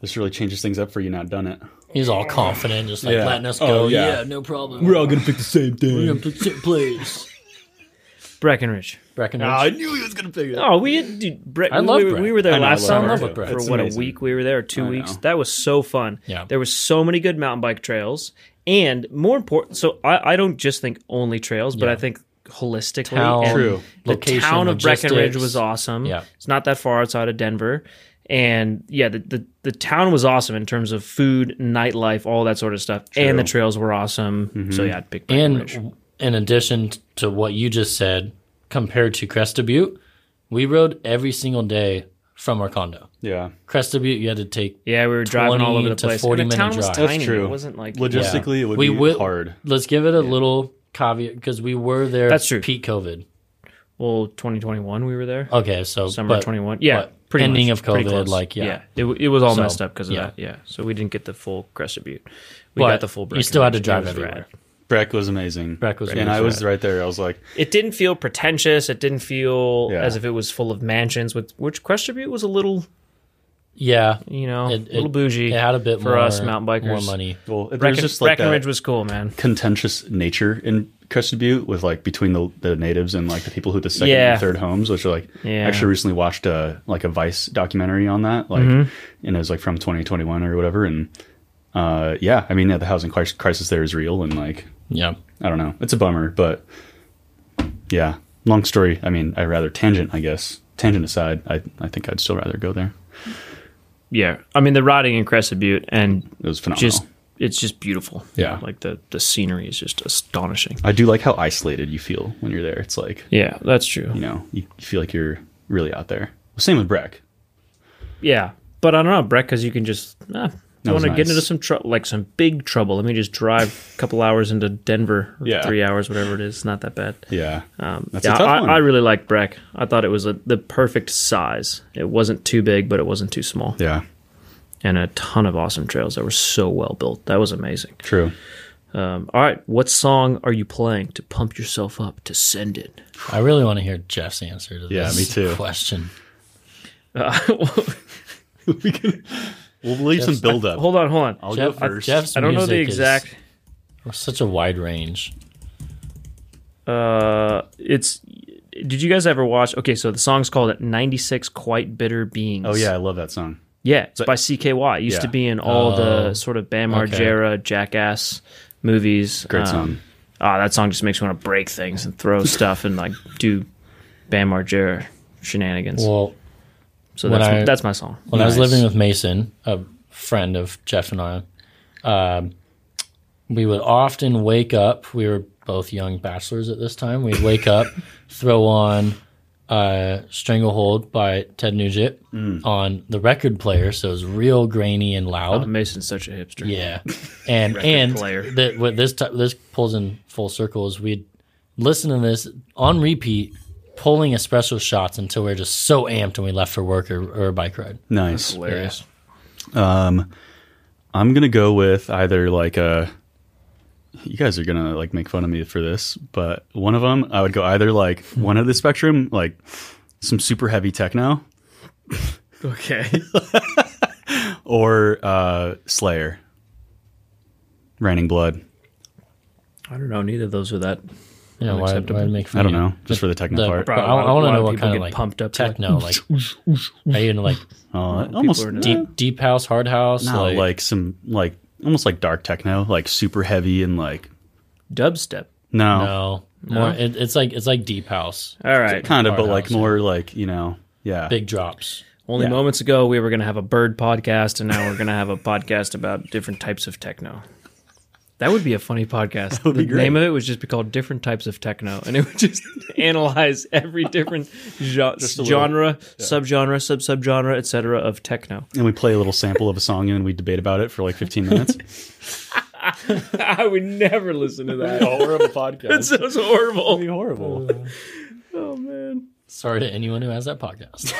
Speaker 1: this really changes things up for you. Not done it.
Speaker 2: He's all confident, just like
Speaker 1: Yeah.
Speaker 2: letting us go.
Speaker 1: Oh,
Speaker 2: yeah.
Speaker 1: yeah.
Speaker 2: no problem. We're all
Speaker 1: gonna pick the same
Speaker 2: gonna
Speaker 1: thing.
Speaker 2: put some place.
Speaker 3: Breckenridge.
Speaker 2: Breckenridge.
Speaker 1: I knew he was gonna pick it.
Speaker 3: Oh, we had, dude, Brett,
Speaker 2: I
Speaker 3: we,
Speaker 2: love
Speaker 3: were-
Speaker 2: Brett.
Speaker 3: we were there
Speaker 1: I know, I love
Speaker 3: last summer
Speaker 2: Brett.
Speaker 3: for,
Speaker 2: Brett.
Speaker 1: It's
Speaker 3: what a
Speaker 1: amazing.
Speaker 3: week we were there, or two
Speaker 1: I
Speaker 3: weeks.
Speaker 1: know.
Speaker 3: That was so fun.
Speaker 2: Yeah.
Speaker 3: there were so many good mountain bike trails, and more important. So I, I don't just think only trails, but I think holistically.
Speaker 2: Town,
Speaker 3: and
Speaker 1: True.
Speaker 3: The
Speaker 2: location,
Speaker 3: town of Breckenridge
Speaker 2: logistics.
Speaker 3: was awesome.
Speaker 2: Yeah.
Speaker 3: it's not that far outside of Denver, and yeah, the the, the town was awesome in terms of food, nightlife, all that sort of stuff, and the trails were awesome. So yeah, I'd pick
Speaker 2: Mm-hmm. And
Speaker 3: Breckenridge.
Speaker 2: w- in addition t- to what you just said, compared to Cresta Butte, we rode every single day from our condo.
Speaker 1: Yeah,
Speaker 2: Cresta Butte, you had to take.
Speaker 3: yeah, we were driving all
Speaker 2: 20
Speaker 3: over the
Speaker 2: to
Speaker 3: place.
Speaker 2: 40
Speaker 3: and the town
Speaker 2: minute
Speaker 3: was
Speaker 2: drive.
Speaker 1: that's
Speaker 3: tiny.
Speaker 1: true.
Speaker 3: It wasn't like
Speaker 1: logistically it would
Speaker 2: We
Speaker 1: be
Speaker 2: will-
Speaker 1: hard.
Speaker 2: Let's give it a little caveat because we were there.
Speaker 3: That's true.
Speaker 2: Peak COVID.
Speaker 3: well, 2021 we were there.
Speaker 2: Okay, so
Speaker 3: summer
Speaker 2: Uh, but-
Speaker 3: 21. Yeah,
Speaker 2: but
Speaker 3: pretty
Speaker 2: ending
Speaker 3: much,
Speaker 2: of
Speaker 3: pretty
Speaker 2: COVID,
Speaker 3: close.
Speaker 2: like, yeah.
Speaker 3: it, it was all
Speaker 2: So,
Speaker 3: messed up because of
Speaker 2: yeah.
Speaker 3: that. Yeah, so we didn't get the full Crested Butte. We
Speaker 2: But
Speaker 3: got the full.
Speaker 2: you still had to
Speaker 3: Breckenridge.
Speaker 2: drive
Speaker 3: It was
Speaker 2: everywhere.
Speaker 3: rad.
Speaker 1: Breck was amazing.
Speaker 2: Breck was
Speaker 1: and I
Speaker 2: amazing.
Speaker 1: was right there. I was like,
Speaker 3: It didn't feel pretentious. It didn't feel
Speaker 1: Yeah.
Speaker 3: as if it was full of mansions. With which Crested Butte was a little,
Speaker 2: Yeah,
Speaker 3: you know,
Speaker 2: It-
Speaker 3: a little
Speaker 2: it-
Speaker 3: bougie.
Speaker 2: It had a bit
Speaker 3: for
Speaker 2: more,
Speaker 3: us mountain bikers.
Speaker 2: more money.
Speaker 1: well, there's
Speaker 3: Brecken,
Speaker 1: just like that
Speaker 3: Breckenridge was cool, man.
Speaker 1: contentious nature in Crested Butte with like between the, the natives and like the people who had the second
Speaker 3: Yeah.
Speaker 1: and third homes, which are like
Speaker 3: Yeah.
Speaker 1: actually recently watched a like a Vice documentary on that, like
Speaker 3: Mm-hmm.
Speaker 1: and it was like from 2021 or whatever, and uh, yeah, I mean yeah, the housing cri- crisis there is real, and like
Speaker 2: Yeah,
Speaker 1: I don't know, it's a bummer, but yeah, long story. I mean, I rather tangent, I guess. Tangent aside, I I think I'd still rather go there.
Speaker 3: Yeah, I mean the riding in Crested Butte and
Speaker 1: It was phenomenal.
Speaker 3: just it's just beautiful.
Speaker 1: Yeah.
Speaker 3: like the the scenery is just astonishing.
Speaker 1: I do like how isolated you feel when you're there. It's like
Speaker 3: Yeah, that's true.
Speaker 1: you know you you feel like you're really out there. Same with Breck.
Speaker 3: Yeah, but I don't know, Brett, because you can just ah,
Speaker 1: That
Speaker 3: want
Speaker 1: was
Speaker 3: to get
Speaker 1: nice.
Speaker 3: into some trouble, like some big trouble. Let me just drive a couple hours into Denver, or
Speaker 1: Yeah.
Speaker 3: three hours, whatever it is. Not that bad.
Speaker 1: Yeah.
Speaker 3: Oh.
Speaker 1: Um, That's
Speaker 3: yeah,
Speaker 1: a tough
Speaker 3: I,
Speaker 1: one.
Speaker 3: I really liked Breck. I thought it was a, the perfect size. It wasn't too big, but it wasn't too small.
Speaker 1: yeah,
Speaker 3: And a ton of awesome trails that were so well built. That was amazing.
Speaker 1: true.
Speaker 3: Um, all right, what song are you playing to pump yourself up to send it?
Speaker 2: I really want to hear Jeff's answer to
Speaker 1: Yeah,
Speaker 2: this
Speaker 1: me too.
Speaker 2: question.
Speaker 3: Uh,
Speaker 1: We'll leave some build up.
Speaker 3: Hold on, hold on.
Speaker 1: I'll
Speaker 2: Jeff-
Speaker 1: go first.
Speaker 2: Jeff's
Speaker 3: I don't know the
Speaker 2: music is
Speaker 3: exact.
Speaker 2: such a wide range.
Speaker 3: uh it's did you guys ever watch okay so the song's called 96 quite bitter beings
Speaker 1: oh yeah, I love that song.
Speaker 3: yeah it's
Speaker 1: So-
Speaker 3: by cky it used
Speaker 1: Yeah.
Speaker 3: to be in all
Speaker 2: Oh,
Speaker 3: the sort of bam
Speaker 2: okay.
Speaker 3: margera jackass movies
Speaker 1: Great
Speaker 3: Um,
Speaker 1: song.
Speaker 3: ah that song just makes me want to break things and throw stuff and like do bam margera shenanigans
Speaker 2: Well,
Speaker 3: so
Speaker 2: when
Speaker 3: that's,
Speaker 2: I-
Speaker 3: that's my song
Speaker 2: when I was
Speaker 1: Nice.
Speaker 2: living with Mason, a friend of Jeff and I, um, we would often wake up. We were both young bachelors at this time. We'd wake up, throw on uh, "Stranglehold" by Ted Nugent
Speaker 3: Mm.
Speaker 2: on the record player, so it was real grainy and loud.
Speaker 3: mason's such a hipster
Speaker 2: Yeah, and
Speaker 3: Record
Speaker 2: and
Speaker 3: player.
Speaker 2: that what this ti- this pulls in full circle is we'd listen to this on repeat, pulling espresso shots until we were just so amped when we left for work or, or a bike ride.
Speaker 1: Nice.
Speaker 3: hilarious
Speaker 1: I'm gonna go with either like a. You guys are gonna like make fun of me for this, but one of them I would go either like one of the spectrum, like some super heavy techno,
Speaker 3: okay
Speaker 1: or uh, Slayer, Raining Blood.
Speaker 3: i don't know neither of those are that
Speaker 2: You know, why,
Speaker 3: Unacceptable.
Speaker 2: why make fun
Speaker 1: I don't
Speaker 2: of you?
Speaker 1: know, just for the techno
Speaker 2: The-
Speaker 1: part.
Speaker 2: but
Speaker 3: Probably a
Speaker 2: I,
Speaker 3: lot of-
Speaker 2: want to
Speaker 3: a lot
Speaker 2: know
Speaker 3: of
Speaker 2: what
Speaker 3: people
Speaker 2: kind of
Speaker 3: get
Speaker 2: like
Speaker 3: pumped up to, like,
Speaker 2: techno, like are you into like
Speaker 1: Oh, almost
Speaker 3: are into
Speaker 1: deep,
Speaker 2: deep deep house, hard house,
Speaker 1: no,
Speaker 2: like,
Speaker 1: like, some like almost like dark techno, like super heavy and like
Speaker 3: dubstep
Speaker 1: no,
Speaker 2: no, more it, it's like it's like deep house,
Speaker 3: all right
Speaker 1: kind of,
Speaker 2: Hard
Speaker 1: but like
Speaker 2: house,
Speaker 1: more like you know, yeah,
Speaker 2: big drops.
Speaker 3: Only
Speaker 1: Yeah.
Speaker 3: moments ago, we were going to have a bird podcast, and now we're going to have a podcast about different types of techno. That would be a funny podcast.
Speaker 1: would be
Speaker 3: the name
Speaker 1: great.
Speaker 3: of it would just be called "Different Types of Techno," and it would just analyze every different jo-
Speaker 1: a little-
Speaker 3: genre, subgenre, sub subgenre, etc. of techno.
Speaker 1: And we play a little sample of a song and we debate about it for like 15 minutes.
Speaker 3: I would never listen to that.
Speaker 1: horrible podcast.
Speaker 3: That sounds horrible.
Speaker 1: horrible.
Speaker 3: Oh man.
Speaker 2: Sorry to anyone who has that podcast.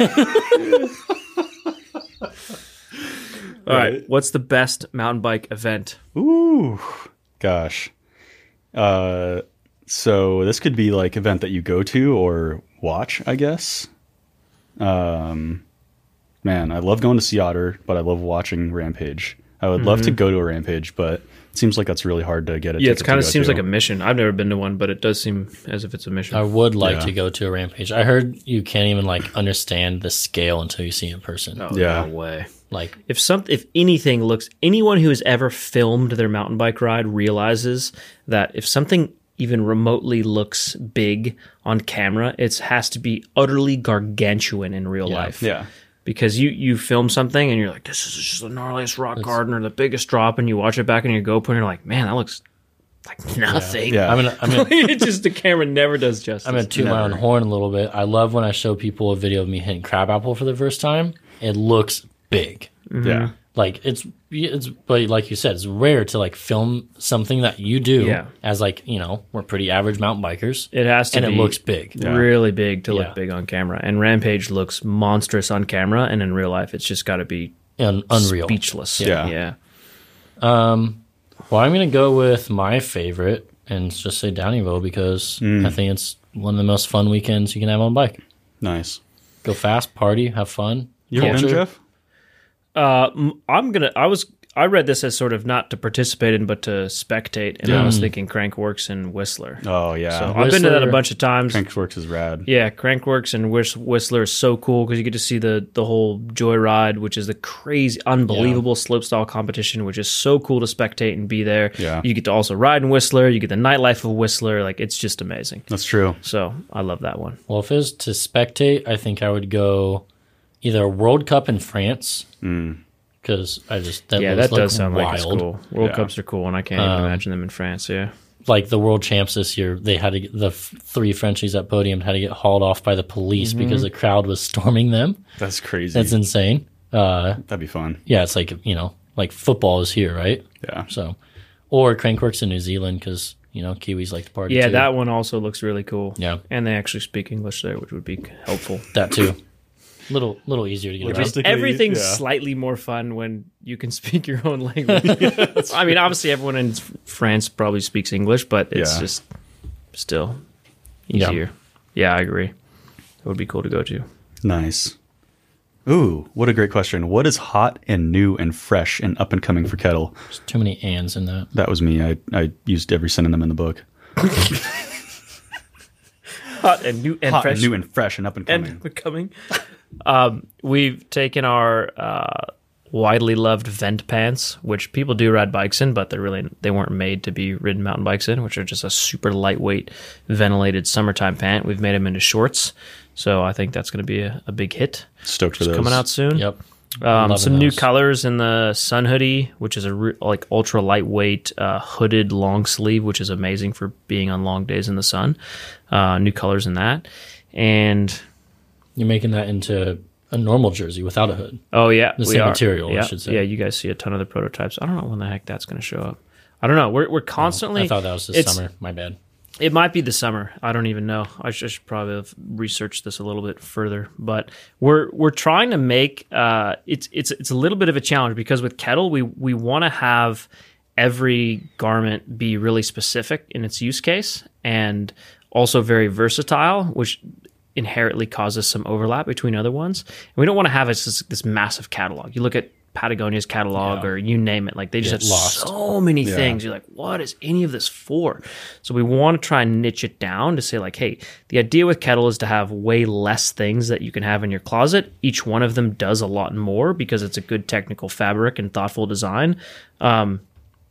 Speaker 3: All right. What's the best mountain bike event?
Speaker 1: Ooh, gosh. Uh, so this could be like event that you go to or watch, I guess. Um, man, I love going to Sea Otter, but I love watching Rampage. I would love to go to a Rampage, but it seems like that's really hard to get a
Speaker 3: Yeah,
Speaker 1: ticket
Speaker 3: it kind of
Speaker 1: to go
Speaker 3: seems
Speaker 1: to.
Speaker 3: like a mission. I've never been to one, but it does seem as if it's a mission.
Speaker 2: I would like
Speaker 1: Yeah.
Speaker 2: to go to a rampage. I heard you can't even like understand the scale until you see it in person.
Speaker 3: Oh,
Speaker 1: Yeah.
Speaker 3: no way.
Speaker 2: Like
Speaker 3: If some, if anything looks, anyone who has ever filmed their mountain bike ride realizes that if something even remotely looks big on camera, it has to be utterly gargantuan in real life.
Speaker 1: Yeah.
Speaker 3: Because you you film something and you're like, this is just the gnarliest rock garden or the biggest drop, and you watch it back on your GoPro and you're like, man, that looks like nothing.
Speaker 1: Yeah.
Speaker 2: I'm gonna I'm gonna
Speaker 3: it just the camera never does justice.
Speaker 2: I'm gonna toot my own
Speaker 1: Never.
Speaker 2: horn a little bit. I love when I show people a video of me hitting crabapple for the first time. It looks big.
Speaker 1: Yeah.
Speaker 2: Like it's it's but like you said, it's rare to like film something that you do
Speaker 3: Yeah.
Speaker 2: as like, you know, we're pretty average mountain bikers.
Speaker 3: it has to
Speaker 2: and it
Speaker 3: be-
Speaker 2: looks big.
Speaker 1: Yeah.
Speaker 3: really big to
Speaker 2: Yeah.
Speaker 3: look big on camera. And Rampage looks monstrous on camera, and in real life, it's just got to be
Speaker 2: And unreal.
Speaker 3: speechless.
Speaker 1: Yeah.
Speaker 3: yeah.
Speaker 2: Well, I'm gonna go with my favorite and just say Downeyville because
Speaker 3: Mm.
Speaker 2: I think it's one of the most fun weekends you can have on a bike.
Speaker 1: Nice.
Speaker 2: Go fast, party, have fun.
Speaker 1: You ever been,
Speaker 2: culture.
Speaker 1: Jeff?
Speaker 3: Uh, m- I'm gonna. I was. I read this as sort of not to participate in, but to spectate, and I was thinking Crankworks and Whistler.
Speaker 1: Oh, yeah.
Speaker 3: So I've been to that a
Speaker 2: Whistler-
Speaker 3: bunch of times.
Speaker 1: Crankworks is rad.
Speaker 3: Yeah, Crankworks and Whis- Whistler is so cool because you get to see the the whole joyride, which is the crazy, unbelievable slopestyle competition, which is so cool to spectate and be there.
Speaker 1: Yeah.
Speaker 3: You get to also ride in Whistler. You get the nightlife of Whistler. Like it's just amazing.
Speaker 1: That's true.
Speaker 3: So I love that one.
Speaker 2: Well, if it was to spectate, I think I would go either World Cup in France because I just that
Speaker 3: Mm. yeah,
Speaker 2: looks
Speaker 3: that
Speaker 2: like
Speaker 3: does sound
Speaker 2: wild. Um,
Speaker 3: like it's cool. World
Speaker 1: Yeah.
Speaker 3: Cups are cool, and I can't even imagine them in France. Yeah,
Speaker 2: Like the World Champs this year, they had to get, the f- three Frenchies at podium had to get hauled off by the police
Speaker 3: Mm-hmm.
Speaker 2: because the crowd was storming them.
Speaker 1: That's crazy.
Speaker 2: That's insane. Uh,
Speaker 1: That'd be fun.
Speaker 2: yeah, it's like you know, like football is here, right?
Speaker 1: Yeah.
Speaker 2: So, or Crankworks in New Zealand because you know Kiwis like to party.
Speaker 3: yeah,
Speaker 2: too.
Speaker 3: that one also looks really cool.
Speaker 2: Yeah.
Speaker 3: and they actually speak English there, which would be helpful.
Speaker 2: that too. little little easier to get around.
Speaker 1: Logistically,
Speaker 3: Everything's
Speaker 1: yeah.
Speaker 3: slightly more fun when you can speak your own language. I mean, obviously, everyone in F- France probably speaks English, but it's
Speaker 1: Yeah.
Speaker 3: just still
Speaker 2: Yeah.
Speaker 3: easier. Yeah. I agree. It would be cool to go to.
Speaker 1: Nice. Ooh, what a great question. What is hot and new and fresh and up and coming for Kettle?
Speaker 2: There's too many ands in that.
Speaker 1: That was me. I, I used every synonym in the book.
Speaker 3: Hot and new and
Speaker 1: Hot
Speaker 3: fresh.
Speaker 1: and new and fresh and up and coming.
Speaker 3: and becoming. um, we've taken our uh, widely loved vent pants, which people do ride bikes in, but they're really they weren't made to be ridden mountain bikes in, which are just a super lightweight ventilated summertime pant. We've made them into shorts, so I think that's going to be a, a big hit.
Speaker 1: Stoked for those.
Speaker 3: Coming out soon.
Speaker 2: Yep.
Speaker 3: Um,
Speaker 2: Loving
Speaker 3: some new
Speaker 2: those.
Speaker 3: colors in the sun hoodie, which is a re- like ultra lightweight uh, hooded long sleeve, which is amazing for being on long days in the sun. Uh, new colors in that, and
Speaker 2: You're making that into a normal jersey without a hood.
Speaker 3: Oh yeah,
Speaker 2: The
Speaker 3: we
Speaker 2: same
Speaker 3: are.
Speaker 2: material, I
Speaker 3: Yeah,
Speaker 2: should say.
Speaker 3: yeah. You guys see a ton of the prototypes. I don't know when the heck that's going to show up. I don't know. We're we're constantly.
Speaker 2: I thought that was this
Speaker 3: it's-
Speaker 2: summer. My bad.
Speaker 3: It might be the summer. I don't even know. I should, I should probably have researched this a little bit further. But we're we're trying to make uh, it's it's it's a little bit of a challenge because with kettle we we want to have every garment be really specific in its use case and also very versatile, which inherently causes some overlap between other ones. And we don't want to have this this massive catalog. You look at Patagonia's catalog or you name it, like they just
Speaker 2: Get
Speaker 3: have
Speaker 2: lost.
Speaker 3: so many things. You're like, what is any of this for? So we want to try and niche it down to say like, hey, the idea with kettle is to have way less things that you can have in your closet. Each one of them does a lot more because it's a good technical fabric and thoughtful design. Um,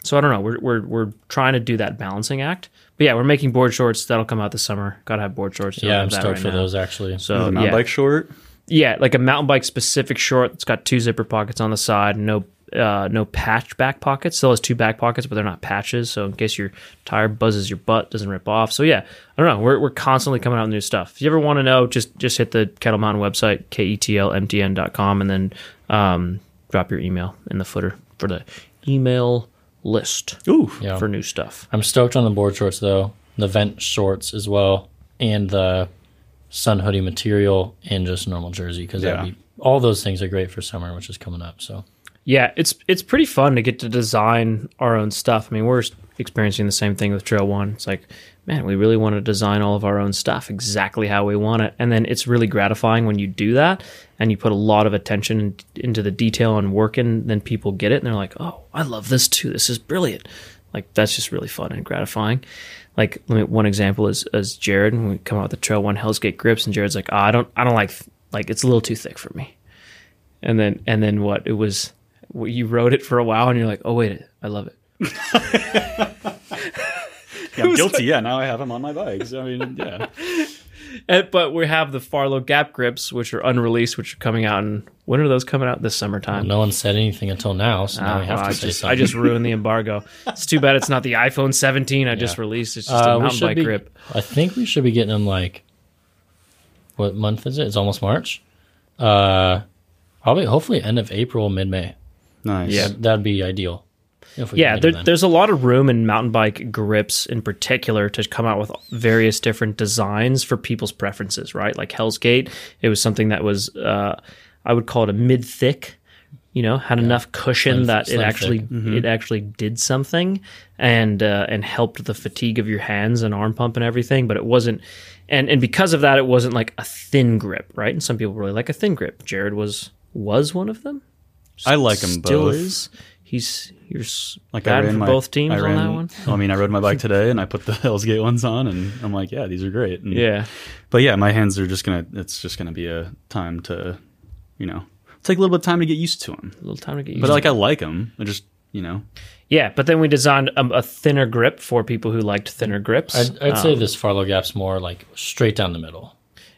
Speaker 3: so I don't know. We're, we're we're trying to do that balancing act. But yeah, we're making board shorts that'll come out this summer. Gotta have board shorts. Don't
Speaker 2: Yeah,
Speaker 3: have
Speaker 2: I'm
Speaker 3: that
Speaker 2: stoked
Speaker 3: right
Speaker 2: for
Speaker 3: now.
Speaker 1: Mm-hmm.
Speaker 2: those actually.
Speaker 3: So
Speaker 1: the mountain
Speaker 3: yeah.
Speaker 1: bike short.
Speaker 3: Yeah, like a mountain bike specific short. It's got two zipper pockets on the side, no uh, no patch back pockets. Still has two back pockets, but they're not patches. So in case your tire buzzes your butt, doesn't rip off. So yeah, I don't know. We're, we're constantly coming out with new stuff. If you ever want to know, just just hit the Kettle Mountain website, E ketlmtn.com, and then um, drop your email in the footer for the email list
Speaker 1: Ooh.
Speaker 2: Yeah.
Speaker 3: for new stuff.
Speaker 2: I'm stoked on the board shorts though, the vent shorts as well, and the sun hoodie material and just normal jersey because
Speaker 1: Yeah.
Speaker 2: be, all those things are great for summer, which is coming up. So
Speaker 3: Yeah, it's it's pretty fun to get to design our own stuff. I mean, we're experiencing the same thing with Trail One. It's like, man, we really want to design all of our own stuff exactly how we want it, and then it's really gratifying when you do that and you put a lot of attention in, into the detail and work, and then people get it and they're like, oh, I love this too. This is brilliant. Like that's just really fun and gratifying. Like let me, one example is is Jared when we come out with the Trail One Hell's Gate grips, and Jared's like, ah, I don't I don't like like it's a little too thick for me and then and then what it was what- you wrote it for a while and you're like oh wait i love it
Speaker 1: Yeah, I'm guilty. Yeah, now I have them on my bikes. I mean, yeah.
Speaker 3: and, but we have the farlow gap grips which are unreleased which are coming out and when are those coming out this summertime
Speaker 2: no one said anything until now, so now
Speaker 3: Ah,
Speaker 2: we have
Speaker 3: well,
Speaker 2: to
Speaker 3: I,
Speaker 2: say
Speaker 3: just,
Speaker 2: something.
Speaker 3: I just ruined the embargo it's too bad it's not the iphone 17 i just released it's just
Speaker 2: Uh,
Speaker 3: a
Speaker 2: we
Speaker 3: mountain
Speaker 2: should
Speaker 3: bike
Speaker 2: be,
Speaker 3: grip
Speaker 2: I think we should be getting them like what month is it? It's almost March. Uh, probably hopefully end of April, mid May.
Speaker 1: Nice.
Speaker 3: Yeah.
Speaker 2: That'd be ideal. If we could get
Speaker 3: yeah
Speaker 2: 'em
Speaker 3: there,
Speaker 2: then.
Speaker 3: there's a lot of room in mountain bike grips in particular to come out with various different designs for people's preferences right like hell's gate it was something that was uh, i would call it a mid-thick you know had enough cushion
Speaker 2: Slim-
Speaker 3: that it
Speaker 2: slim
Speaker 3: actually
Speaker 2: thick. Mm-hmm.
Speaker 3: it actually did something and uh, and helped the fatigue of your hands and arm pump and everything but it wasn't and and because of that it wasn't like a thin grip right and some people really like a thin grip jared was was one of them
Speaker 1: I like them
Speaker 3: still
Speaker 1: both.
Speaker 3: is. He's you're s-
Speaker 1: Like I
Speaker 3: bad
Speaker 1: ran
Speaker 3: for
Speaker 1: my,
Speaker 3: both teams
Speaker 1: I ran,
Speaker 3: on that one.
Speaker 1: I mean, I rode my bike today and I put the Hell's Gate ones on, and I'm like, yeah, these are great. And-
Speaker 3: Yeah,
Speaker 1: But yeah, my hands are just gonna. It's just gonna be a time to, you know, take a little bit of time to get used to them.
Speaker 3: a little time to get used.
Speaker 1: But
Speaker 3: to
Speaker 1: like, I like them. I just, you know,
Speaker 3: yeah, but then we designed a, a thinner grip for people who liked thinner grips.
Speaker 2: I'd, I'd
Speaker 3: Um,
Speaker 2: say this Farlow gap's more like straight down the middle.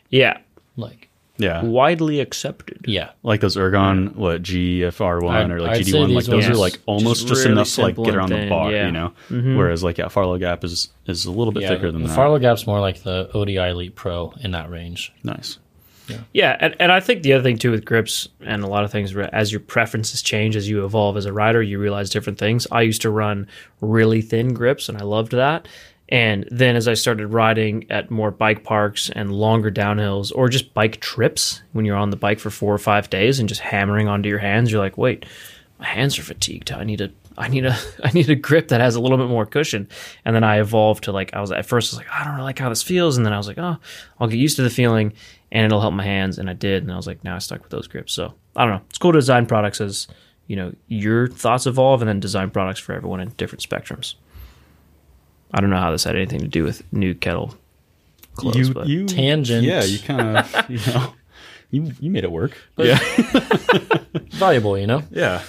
Speaker 3: yeah,
Speaker 2: Like
Speaker 1: yeah,
Speaker 3: widely accepted.
Speaker 2: yeah,
Speaker 1: like those Ergon what GFR one
Speaker 2: I'd-
Speaker 1: or
Speaker 2: I'd
Speaker 1: like
Speaker 2: say
Speaker 1: GD one. Like
Speaker 2: these
Speaker 1: those
Speaker 2: ones-
Speaker 1: are like almost
Speaker 3: Just
Speaker 1: just,
Speaker 3: really
Speaker 1: enough to like
Speaker 3: simple
Speaker 1: get
Speaker 3: and
Speaker 1: around
Speaker 3: thin,
Speaker 1: the bar,
Speaker 3: yeah.
Speaker 1: you know. Whereas like yeah, Farlow Gap is is a little bit
Speaker 2: yeah.
Speaker 1: thicker than
Speaker 2: the
Speaker 1: that.
Speaker 2: Farlow gap's more like the ODI Elite Pro in that range.
Speaker 1: nice.
Speaker 3: Yeah, and, and I think the other thing too with grips and a lot of things, as your preferences change, as you evolve as a rider, you realize different things. I used to run really thin grips and I loved that. And then as I started riding at more bike parks and longer downhills or just bike trips, when you're on the bike for four or five days and just hammering onto your hands, you're like, wait, my hands are fatigued. I need a I need a I need a grip that has a little bit more cushion. And then I evolved to like I was at first I was like, I don't really like how this feels. And then I was like, oh, I'll get used to the feeling and it'll help my hands. And I did. And I was like, now I stuck with those grips. So I don't know. It's cool to design products as, you know, your thoughts evolve and then design products for everyone in different spectrums. I don't know how this had anything to do with new kettle clothes,
Speaker 1: you
Speaker 3: but
Speaker 1: you
Speaker 2: Tangent.
Speaker 1: Yeah, you kind of you know you you made it work. yeah,
Speaker 2: Valuable, you know.
Speaker 1: yeah.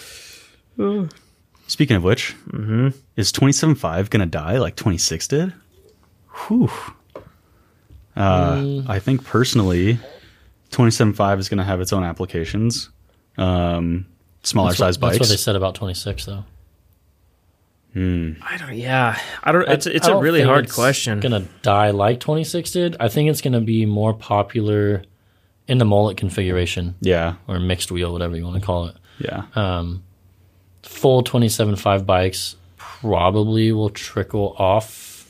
Speaker 1: Speaking of which, mm-hmm. is twenty seven five gonna die like twenty six did? Whew. Uh,
Speaker 2: Mm.
Speaker 1: I think personally, twenty seven five is gonna have its own applications. Um, smaller
Speaker 2: That's what-
Speaker 1: size
Speaker 2: That's what they
Speaker 1: bikes.
Speaker 2: said about 26 though.
Speaker 3: I don't, yeah, I don't, it's, it's
Speaker 2: I
Speaker 3: a
Speaker 2: don't
Speaker 3: really
Speaker 2: think
Speaker 3: hard
Speaker 2: it's
Speaker 3: question.
Speaker 2: Gonna die like 26 did. I think it's gonna be more popular in the mullet configuration
Speaker 1: Yeah,
Speaker 2: or mixed wheel, whatever you want to call it.
Speaker 1: yeah.
Speaker 2: Full 27.5 bikes probably will trickle off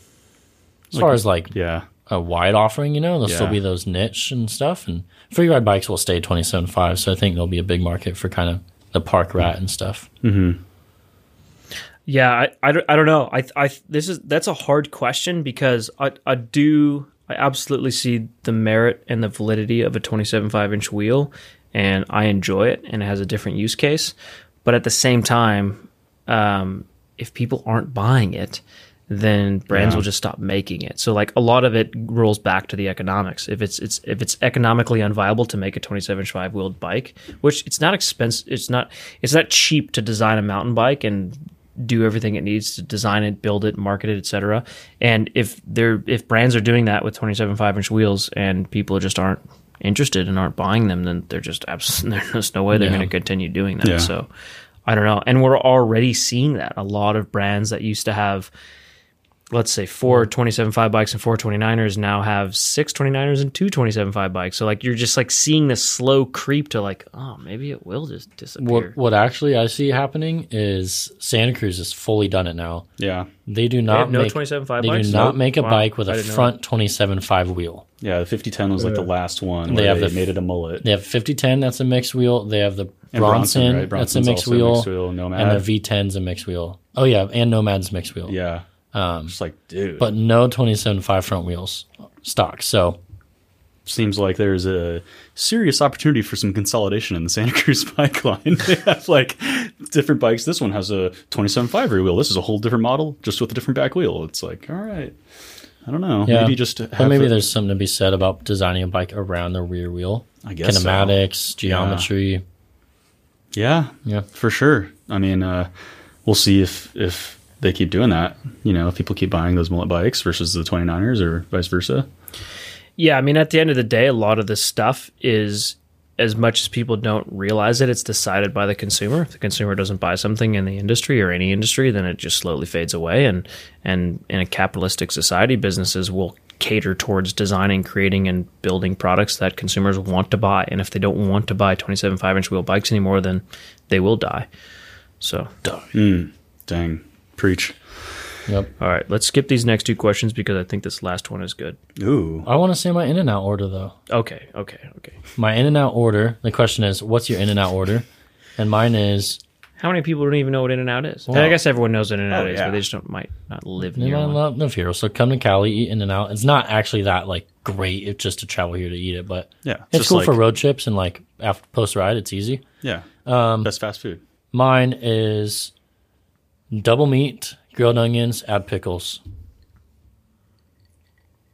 Speaker 2: as far as like
Speaker 1: yeah.
Speaker 2: a wide offering. You know, there'll still
Speaker 1: Yeah.
Speaker 2: be those niche and stuff, and free ride bikes will stay 27.5. So I think there'll be a big market for kind of the park rat and stuff.
Speaker 1: Hmm.
Speaker 3: Yeah, I, I, don't- I don't know. I, I this is that's a hard question because I I do I absolutely see the merit and the validity of a 27.5 inch wheel, and I enjoy it, and it has a different use case. But at the same time, um, if people aren't buying it, then brands
Speaker 1: Yeah.
Speaker 3: will just stop making it. So like a lot of it rolls back to the economics. If it's it's if it's economically unviable to make a 27 inch five wheeled bike, which it's not expensive, it's not it's not cheap to design a mountain bike and do everything it needs to design it, build it, market it, etc. And if they're if brands are doing that with 27 five inch wheels and people just aren't interested and aren't buying them, then they're just abs- there's just no way they're
Speaker 2: Yeah.
Speaker 3: going to continue doing that.
Speaker 1: Yeah.
Speaker 3: So I don't know. And we're already seeing that a lot of brands that used to have let's say four 27.5 bikes and four 29ers now have six 29ers and two 27.5 bikes. So like you're just like seeing this slow creep to like, oh, maybe it will just disappear.
Speaker 2: What what actually I see happening is Santa Cruz has fully done it now.
Speaker 1: Yeah.
Speaker 2: They do
Speaker 3: They
Speaker 2: not
Speaker 3: have no
Speaker 2: make
Speaker 3: 27.5
Speaker 2: they
Speaker 3: bikes?
Speaker 2: do not
Speaker 3: Nope.
Speaker 2: make a
Speaker 3: Wow.
Speaker 2: bike with
Speaker 3: I
Speaker 2: a
Speaker 3: didn't know
Speaker 2: front 27.5 wheel.
Speaker 1: Yeah. The 5010 was like the last one. Where
Speaker 2: They
Speaker 1: they
Speaker 2: have the f-
Speaker 1: made it a mullet.
Speaker 2: They have 5010 that's a mixed wheel. They have the
Speaker 1: And
Speaker 2: Bronson,
Speaker 1: right?
Speaker 2: that's a
Speaker 1: Bronson's
Speaker 2: mixed
Speaker 1: also a
Speaker 2: wheel,
Speaker 1: mixed wheel, Nomad.
Speaker 2: and the V10's a mixed wheel. Oh yeah, and Nomad's mixed wheel.
Speaker 1: yeah.
Speaker 2: um,
Speaker 1: just like, dude.
Speaker 2: But no 27.5 front wheels stock. So
Speaker 1: seems like there's a serious opportunity for some consolidation in the Santa Cruz bike line. they have like different bikes. This one has a 27.5 rear wheel. This is a whole different model, just with a different back wheel. It's like, all right, I don't know.
Speaker 2: yeah,
Speaker 1: Maybe just
Speaker 2: but
Speaker 1: have
Speaker 2: maybe
Speaker 1: the-
Speaker 2: there's something to be said about designing a bike around the rear wheel.
Speaker 1: I guess so.
Speaker 2: kinematics, geometry.
Speaker 1: yeah,
Speaker 2: Yeah.
Speaker 1: for sure. I mean, uh, we'll see if if they keep doing that. You know, if people keep buying those mullet bikes versus the 29ers or vice versa.
Speaker 3: Yeah, I mean, at the end of the day, a lot of this stuff is, as much as people don't realize it, it's decided by the consumer. If the consumer doesn't buy something in the industry or any industry, then it just slowly fades away. And and in a capitalistic society, businesses will cater towards designing, creating, and building products that consumers want to buy. And if they don't want to buy 27 five inch wheel bikes anymore, then they will die. So,
Speaker 1: Dang, preach.
Speaker 2: Yep.
Speaker 3: all right, let's skip these next two questions because I think this last one is good.
Speaker 1: Ooh,
Speaker 2: I want to say my in and out order though.
Speaker 3: Okay, okay, okay.
Speaker 2: My in and out order. The question is, what's your in and out order? And mine is,
Speaker 3: How many people don't even know what In and Out is?
Speaker 2: Well-
Speaker 3: I guess everyone knows what In and Out
Speaker 1: Oh,
Speaker 3: is,
Speaker 1: yeah.
Speaker 3: but they just don't might not live
Speaker 2: you
Speaker 3: near
Speaker 2: know,
Speaker 3: one.
Speaker 2: love no hero. So come to Cali, eat in and out. It's not actually that like great. It's just to travel here to eat it, but
Speaker 1: Yeah,
Speaker 2: it's,
Speaker 1: just
Speaker 2: cool for
Speaker 1: like-
Speaker 2: road trips and like after post ride, it's easy.
Speaker 1: yeah. Um, Best fast food.
Speaker 2: Mine is double meat, grilled onions, add pickles,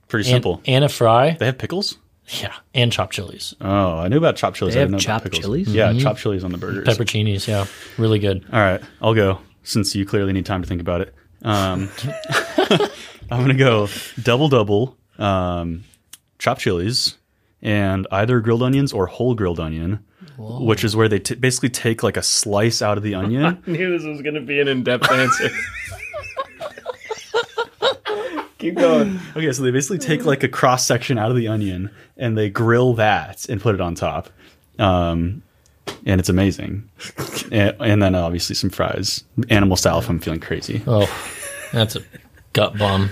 Speaker 1: Pretty
Speaker 2: and,
Speaker 1: simple.
Speaker 2: and a fry.
Speaker 1: they have pickles.
Speaker 2: Yeah, and chopped chilies,
Speaker 1: Oh, I knew about chopped chilies.
Speaker 3: They
Speaker 1: I
Speaker 3: have
Speaker 1: didn't know about
Speaker 3: chopped
Speaker 1: pickles.
Speaker 3: chilies? Mm-hmm.
Speaker 1: Yeah, chopped chilies on the burgers.
Speaker 2: pepperoncinis. Yeah, really good.
Speaker 1: All right, I'll go since you clearly need time to think about it. Um, I'm gonna go double double, um, chopped chilies, and either grilled onions or whole grilled onion, which is where they t- basically take like a slice out of the onion.
Speaker 3: knew this was going to be an in-depth answer. Keep going.
Speaker 1: okay, so they basically take like a cross section out of the onion and they grill that and put it on top, um, and it's amazing. and, and then obviously some fries, animal style if I'm feeling crazy.
Speaker 2: Oh, that's a gut bomb.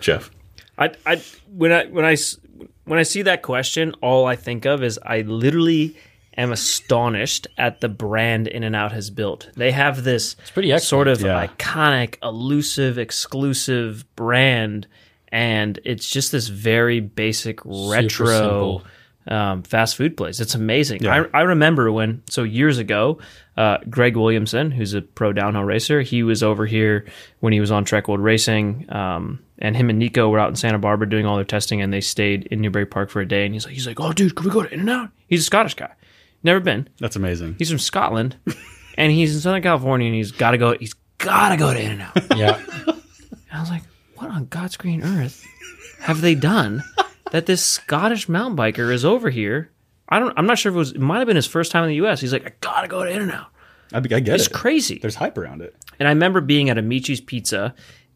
Speaker 1: Jeff.
Speaker 3: I, I, when I, when I, s- when I see that question, all I think of is I literally am astonished at the brand In and Out has built. They have this
Speaker 2: pretty excellent.
Speaker 3: sort of
Speaker 1: Yeah.
Speaker 3: iconic, elusive, exclusive brand, and it's just this very basic retro
Speaker 2: simple.
Speaker 3: um, fast food place. It's amazing.
Speaker 1: Yeah.
Speaker 3: I, I remember when, so years ago, uh, Greg Williamson, who's a pro downhill racer, he was over here when he was on Trek World Racing. Um, and him and Nico were out in Santa Barbara doing all their testing, and they stayed in Newbury Park for a day. And he's like, he's like, oh, dude, can we go to In and Out? He's a Scottish guy, never been.
Speaker 1: That's amazing.
Speaker 3: He's from Scotland, and he's in Southern California, and he's got to go. He's got to go to In and Out.
Speaker 2: Yeah,
Speaker 3: I was like, what on God's green earth have they done that this Scottish mountain biker is over here? I don't. I'm not sure if it was. It might have been his first time in the U.S. He's like, I gotta go to In-N-Out.
Speaker 1: I, I get
Speaker 3: It's
Speaker 1: it.
Speaker 3: crazy.
Speaker 1: There's hype around it.
Speaker 3: and I remember being at Amici's Pizza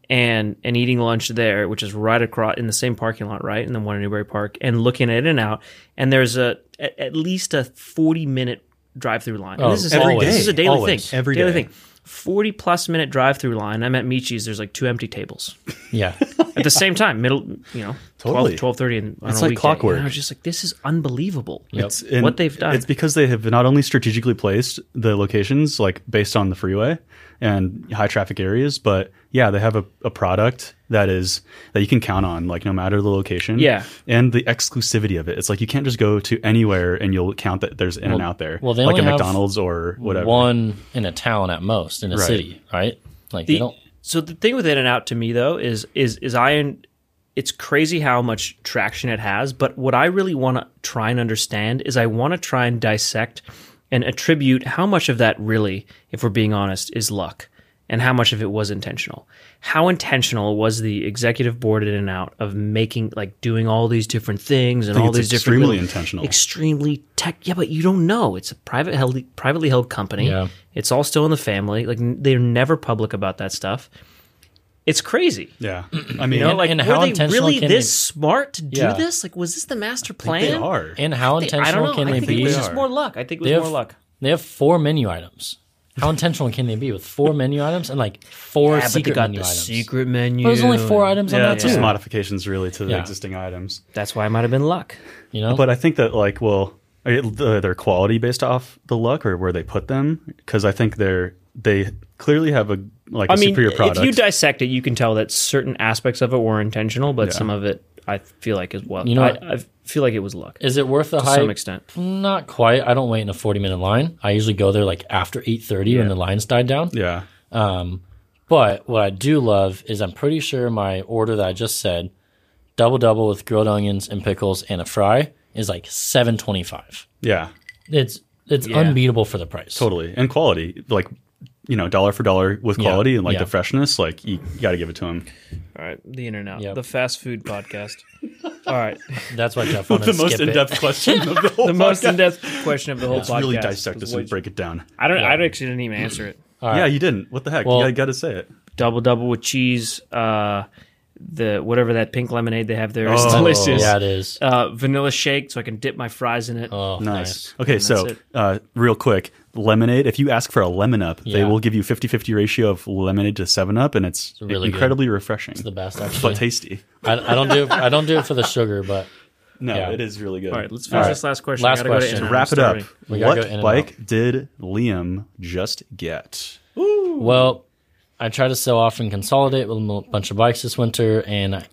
Speaker 3: and and eating lunch there, which is right across in the same parking lot, right, and the one in Newbury Park, and looking at In and Out, and there's a at, at least a forty minute drive through line. And
Speaker 2: Oh,
Speaker 3: this is
Speaker 1: every
Speaker 3: a,
Speaker 1: day.
Speaker 3: This is a daily
Speaker 2: Always.
Speaker 3: thing.
Speaker 1: Every
Speaker 3: daily
Speaker 1: day.
Speaker 3: thing. Forty plus minute drive through line. I'm at Michi's. There's like two empty tables
Speaker 2: yeah.
Speaker 3: at the same time. Middle, you know,
Speaker 1: Totally.
Speaker 3: 12, 12.30 and on
Speaker 1: It's
Speaker 3: a
Speaker 1: like
Speaker 3: weekday.
Speaker 1: clockwork.
Speaker 3: And I was just like, this is unbelievable.
Speaker 1: It's-
Speaker 2: Yep.
Speaker 1: and
Speaker 3: What they've done.
Speaker 1: It's because they have not only strategically placed the locations like based on the freeway and high traffic areas, but yeah, they have a, a product that is that you can count on, like no matter the location.
Speaker 3: Yeah.
Speaker 1: And the exclusivity of it. It's like you can't just go to anywhere and you'll count that there's in and out there.
Speaker 2: well, they
Speaker 1: like
Speaker 2: only
Speaker 1: a
Speaker 2: have
Speaker 1: McDonald's or whatever.
Speaker 2: One in a town at most in a
Speaker 1: Right.
Speaker 2: city, right? Like they
Speaker 3: The-
Speaker 2: don't.
Speaker 3: so the thing with In and Out to me though is is is I it's crazy how much traction it has. But what I really want to try and understand is I want to try and dissect and attribute how much of that really, if we're being honest, is luck and how much of it was intentional. How intentional was the executive board in and out of making like doing all these different things and
Speaker 1: think
Speaker 3: all
Speaker 1: it's
Speaker 3: these different
Speaker 1: extremely
Speaker 3: little-
Speaker 1: intentional.
Speaker 3: extremely tech. Yeah, but you don't know. It's a private held, privately held company.
Speaker 2: Yeah.
Speaker 3: It's all still in the family. Like n- they're never public about that stuff. It's crazy.
Speaker 1: Yeah, I mean,
Speaker 3: You know,
Speaker 2: And-
Speaker 3: like
Speaker 2: and
Speaker 3: were
Speaker 2: how
Speaker 3: they
Speaker 2: intentional
Speaker 3: really
Speaker 2: can
Speaker 3: this
Speaker 2: they-
Speaker 3: smart to do
Speaker 2: Yeah.
Speaker 3: this? Like, was this the master
Speaker 1: they
Speaker 3: plan?
Speaker 1: are.
Speaker 2: And how
Speaker 3: They- I don't
Speaker 2: intentional
Speaker 3: know.
Speaker 2: can
Speaker 3: I
Speaker 2: they
Speaker 3: think it
Speaker 2: be?
Speaker 3: was
Speaker 1: They
Speaker 3: just
Speaker 1: are.
Speaker 3: more luck. I think it was
Speaker 2: They have-
Speaker 3: more luck.
Speaker 2: They have four menu items. How intentional can they be with four menu items and like four
Speaker 3: Yeah, but they
Speaker 2: secret
Speaker 3: got
Speaker 2: menu
Speaker 3: the
Speaker 2: items?
Speaker 3: secret menu.
Speaker 2: But there's only four
Speaker 3: and-
Speaker 2: items on
Speaker 1: yeah,
Speaker 2: that
Speaker 1: it's just
Speaker 2: too.
Speaker 1: modifications really to the
Speaker 2: Yeah.
Speaker 1: existing items.
Speaker 3: That's why it might have been luck.
Speaker 2: You know,
Speaker 1: But I think that like, well, are it- uh, their quality based off the luck or where they put them, because I think they're they clearly have a like a
Speaker 3: I mean,
Speaker 1: superior product.
Speaker 3: if you dissect it, you can tell that certain aspects of it were intentional, but
Speaker 1: Yeah.
Speaker 3: some of it I feel like is well.
Speaker 2: You know
Speaker 3: I,
Speaker 2: what?
Speaker 3: I feel like it was luck
Speaker 2: is it worth the
Speaker 3: to some
Speaker 2: hype?
Speaker 3: extent.
Speaker 2: Not quite. I don't wait in a 40 minute line. I usually go there like after 8:30 when the lines died down.
Speaker 1: yeah,
Speaker 2: But what I do love is I'm pretty sure my order that I just said, double double with grilled onions and pickles and a fry, is like 7.25.
Speaker 1: yeah,
Speaker 2: It's it's unbeatable for the price.
Speaker 1: totally, and quality like. You know, dollar for dollar with quality and like
Speaker 2: yeah.
Speaker 1: the freshness, like you, you got to give it to them.
Speaker 3: All right, the internet,
Speaker 2: Yep.
Speaker 3: the fast food podcast. All right,
Speaker 2: That's why Jeff wanted
Speaker 1: The
Speaker 2: to
Speaker 1: most
Speaker 2: skip
Speaker 1: in
Speaker 2: it.
Speaker 1: depth question of the whole
Speaker 3: the most in-depth question of the whole
Speaker 1: Let's
Speaker 3: podcast.
Speaker 1: really dissect
Speaker 3: was
Speaker 1: this
Speaker 3: what-
Speaker 1: and break it down. Uh,
Speaker 3: I don't. I actually didn't even answer it.
Speaker 1: Yeah, you didn't. What the heck?
Speaker 2: Well-
Speaker 1: you got to say it.
Speaker 3: Double double with cheese. Uh, the whatever that pink lemonade they have there is
Speaker 1: Oh,
Speaker 3: delicious.
Speaker 2: Yeah, it is.
Speaker 3: Uh, vanilla shake, so I can dip my fries in it.
Speaker 2: Oh,
Speaker 1: Nice. Okay,
Speaker 3: that's
Speaker 1: so
Speaker 3: it.
Speaker 1: uh, real quick, lemonade. If you ask for a lemon up, they
Speaker 2: Yeah.
Speaker 1: will give you 50-50 ratio of lemonade to seven up, and it's,
Speaker 2: really good.
Speaker 1: incredibly refreshing,
Speaker 2: The best
Speaker 1: but
Speaker 2: actually.
Speaker 1: tasty.
Speaker 2: I, I don't do it, I don't do it for the sugar, but
Speaker 1: No,
Speaker 2: Yeah.
Speaker 1: it is really good. Uh,
Speaker 3: All right, let's finish
Speaker 2: right.
Speaker 3: this last question.
Speaker 2: Last
Speaker 3: I gotta go to
Speaker 2: question.
Speaker 3: internet.
Speaker 1: wrap
Speaker 3: I'm
Speaker 1: it up.
Speaker 3: starving.
Speaker 2: We gotta go in
Speaker 1: what
Speaker 2: and
Speaker 1: bike did Liam just get?
Speaker 2: Well, I tried to sell off and consolidate with a mo- bunch of bikes this winter, and I,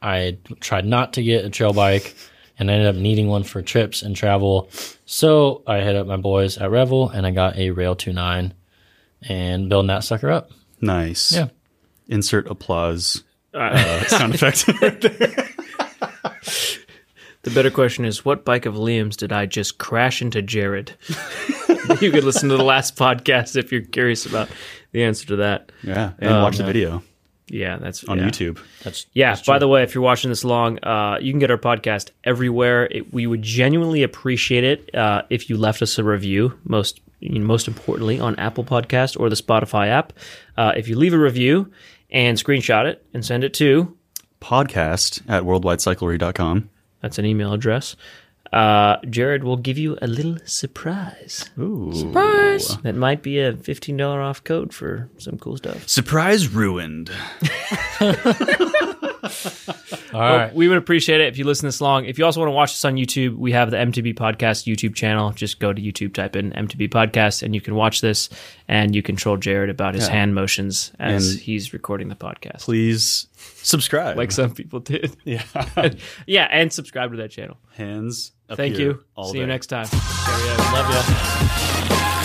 Speaker 2: I tried not to get a trail bike, and I ended up needing one for trips and travel. So I hit up my boys at Revel, and I got a Rail 29 and building that sucker up.
Speaker 1: Nice.
Speaker 2: Yeah.
Speaker 1: Insert applause
Speaker 3: All right.
Speaker 1: uh, sound effect.
Speaker 3: The better question is, what bike of Liam's did I just crash into Jared? you could listen to the last podcast if you're curious about the answer to that.
Speaker 1: yeah, and
Speaker 2: Oh,
Speaker 1: watch the video
Speaker 3: Yeah, that's
Speaker 1: on
Speaker 3: yeah.
Speaker 1: YouTube.
Speaker 2: That's
Speaker 3: Yeah. By the way, if you're watching this long, uh, you can get our podcast everywhere. It, we would genuinely appreciate it uh, if you left us a review. Most you know, most importantly, on Apple Podcast or the Spotify app. Uh, if you leave a review and screenshot it and send it to
Speaker 1: Podcast at worldwidecyclery.com.
Speaker 3: that's an email address. Uh, Jared will give you a little surprise.
Speaker 1: Ooh.
Speaker 3: That might be a fifteen dollar off code for some cool stuff.
Speaker 1: Surprise ruined.
Speaker 2: all right.
Speaker 3: We would appreciate it if you listen this long. If you also want to watch this on YouTube, we have the MTB Podcast YouTube channel. Just go to YouTube, type in MTB Podcast, and you can watch this. And you can troll Jared about his hand motions as
Speaker 1: And-
Speaker 3: he's recording the podcast,
Speaker 1: Please subscribe.
Speaker 3: like some people did.
Speaker 1: yeah.
Speaker 3: yeah, and subscribe to that channel.
Speaker 1: Hands. up
Speaker 3: Thank
Speaker 1: here
Speaker 3: you.
Speaker 1: all
Speaker 3: See you
Speaker 1: day.
Speaker 3: next time.
Speaker 2: Love ya.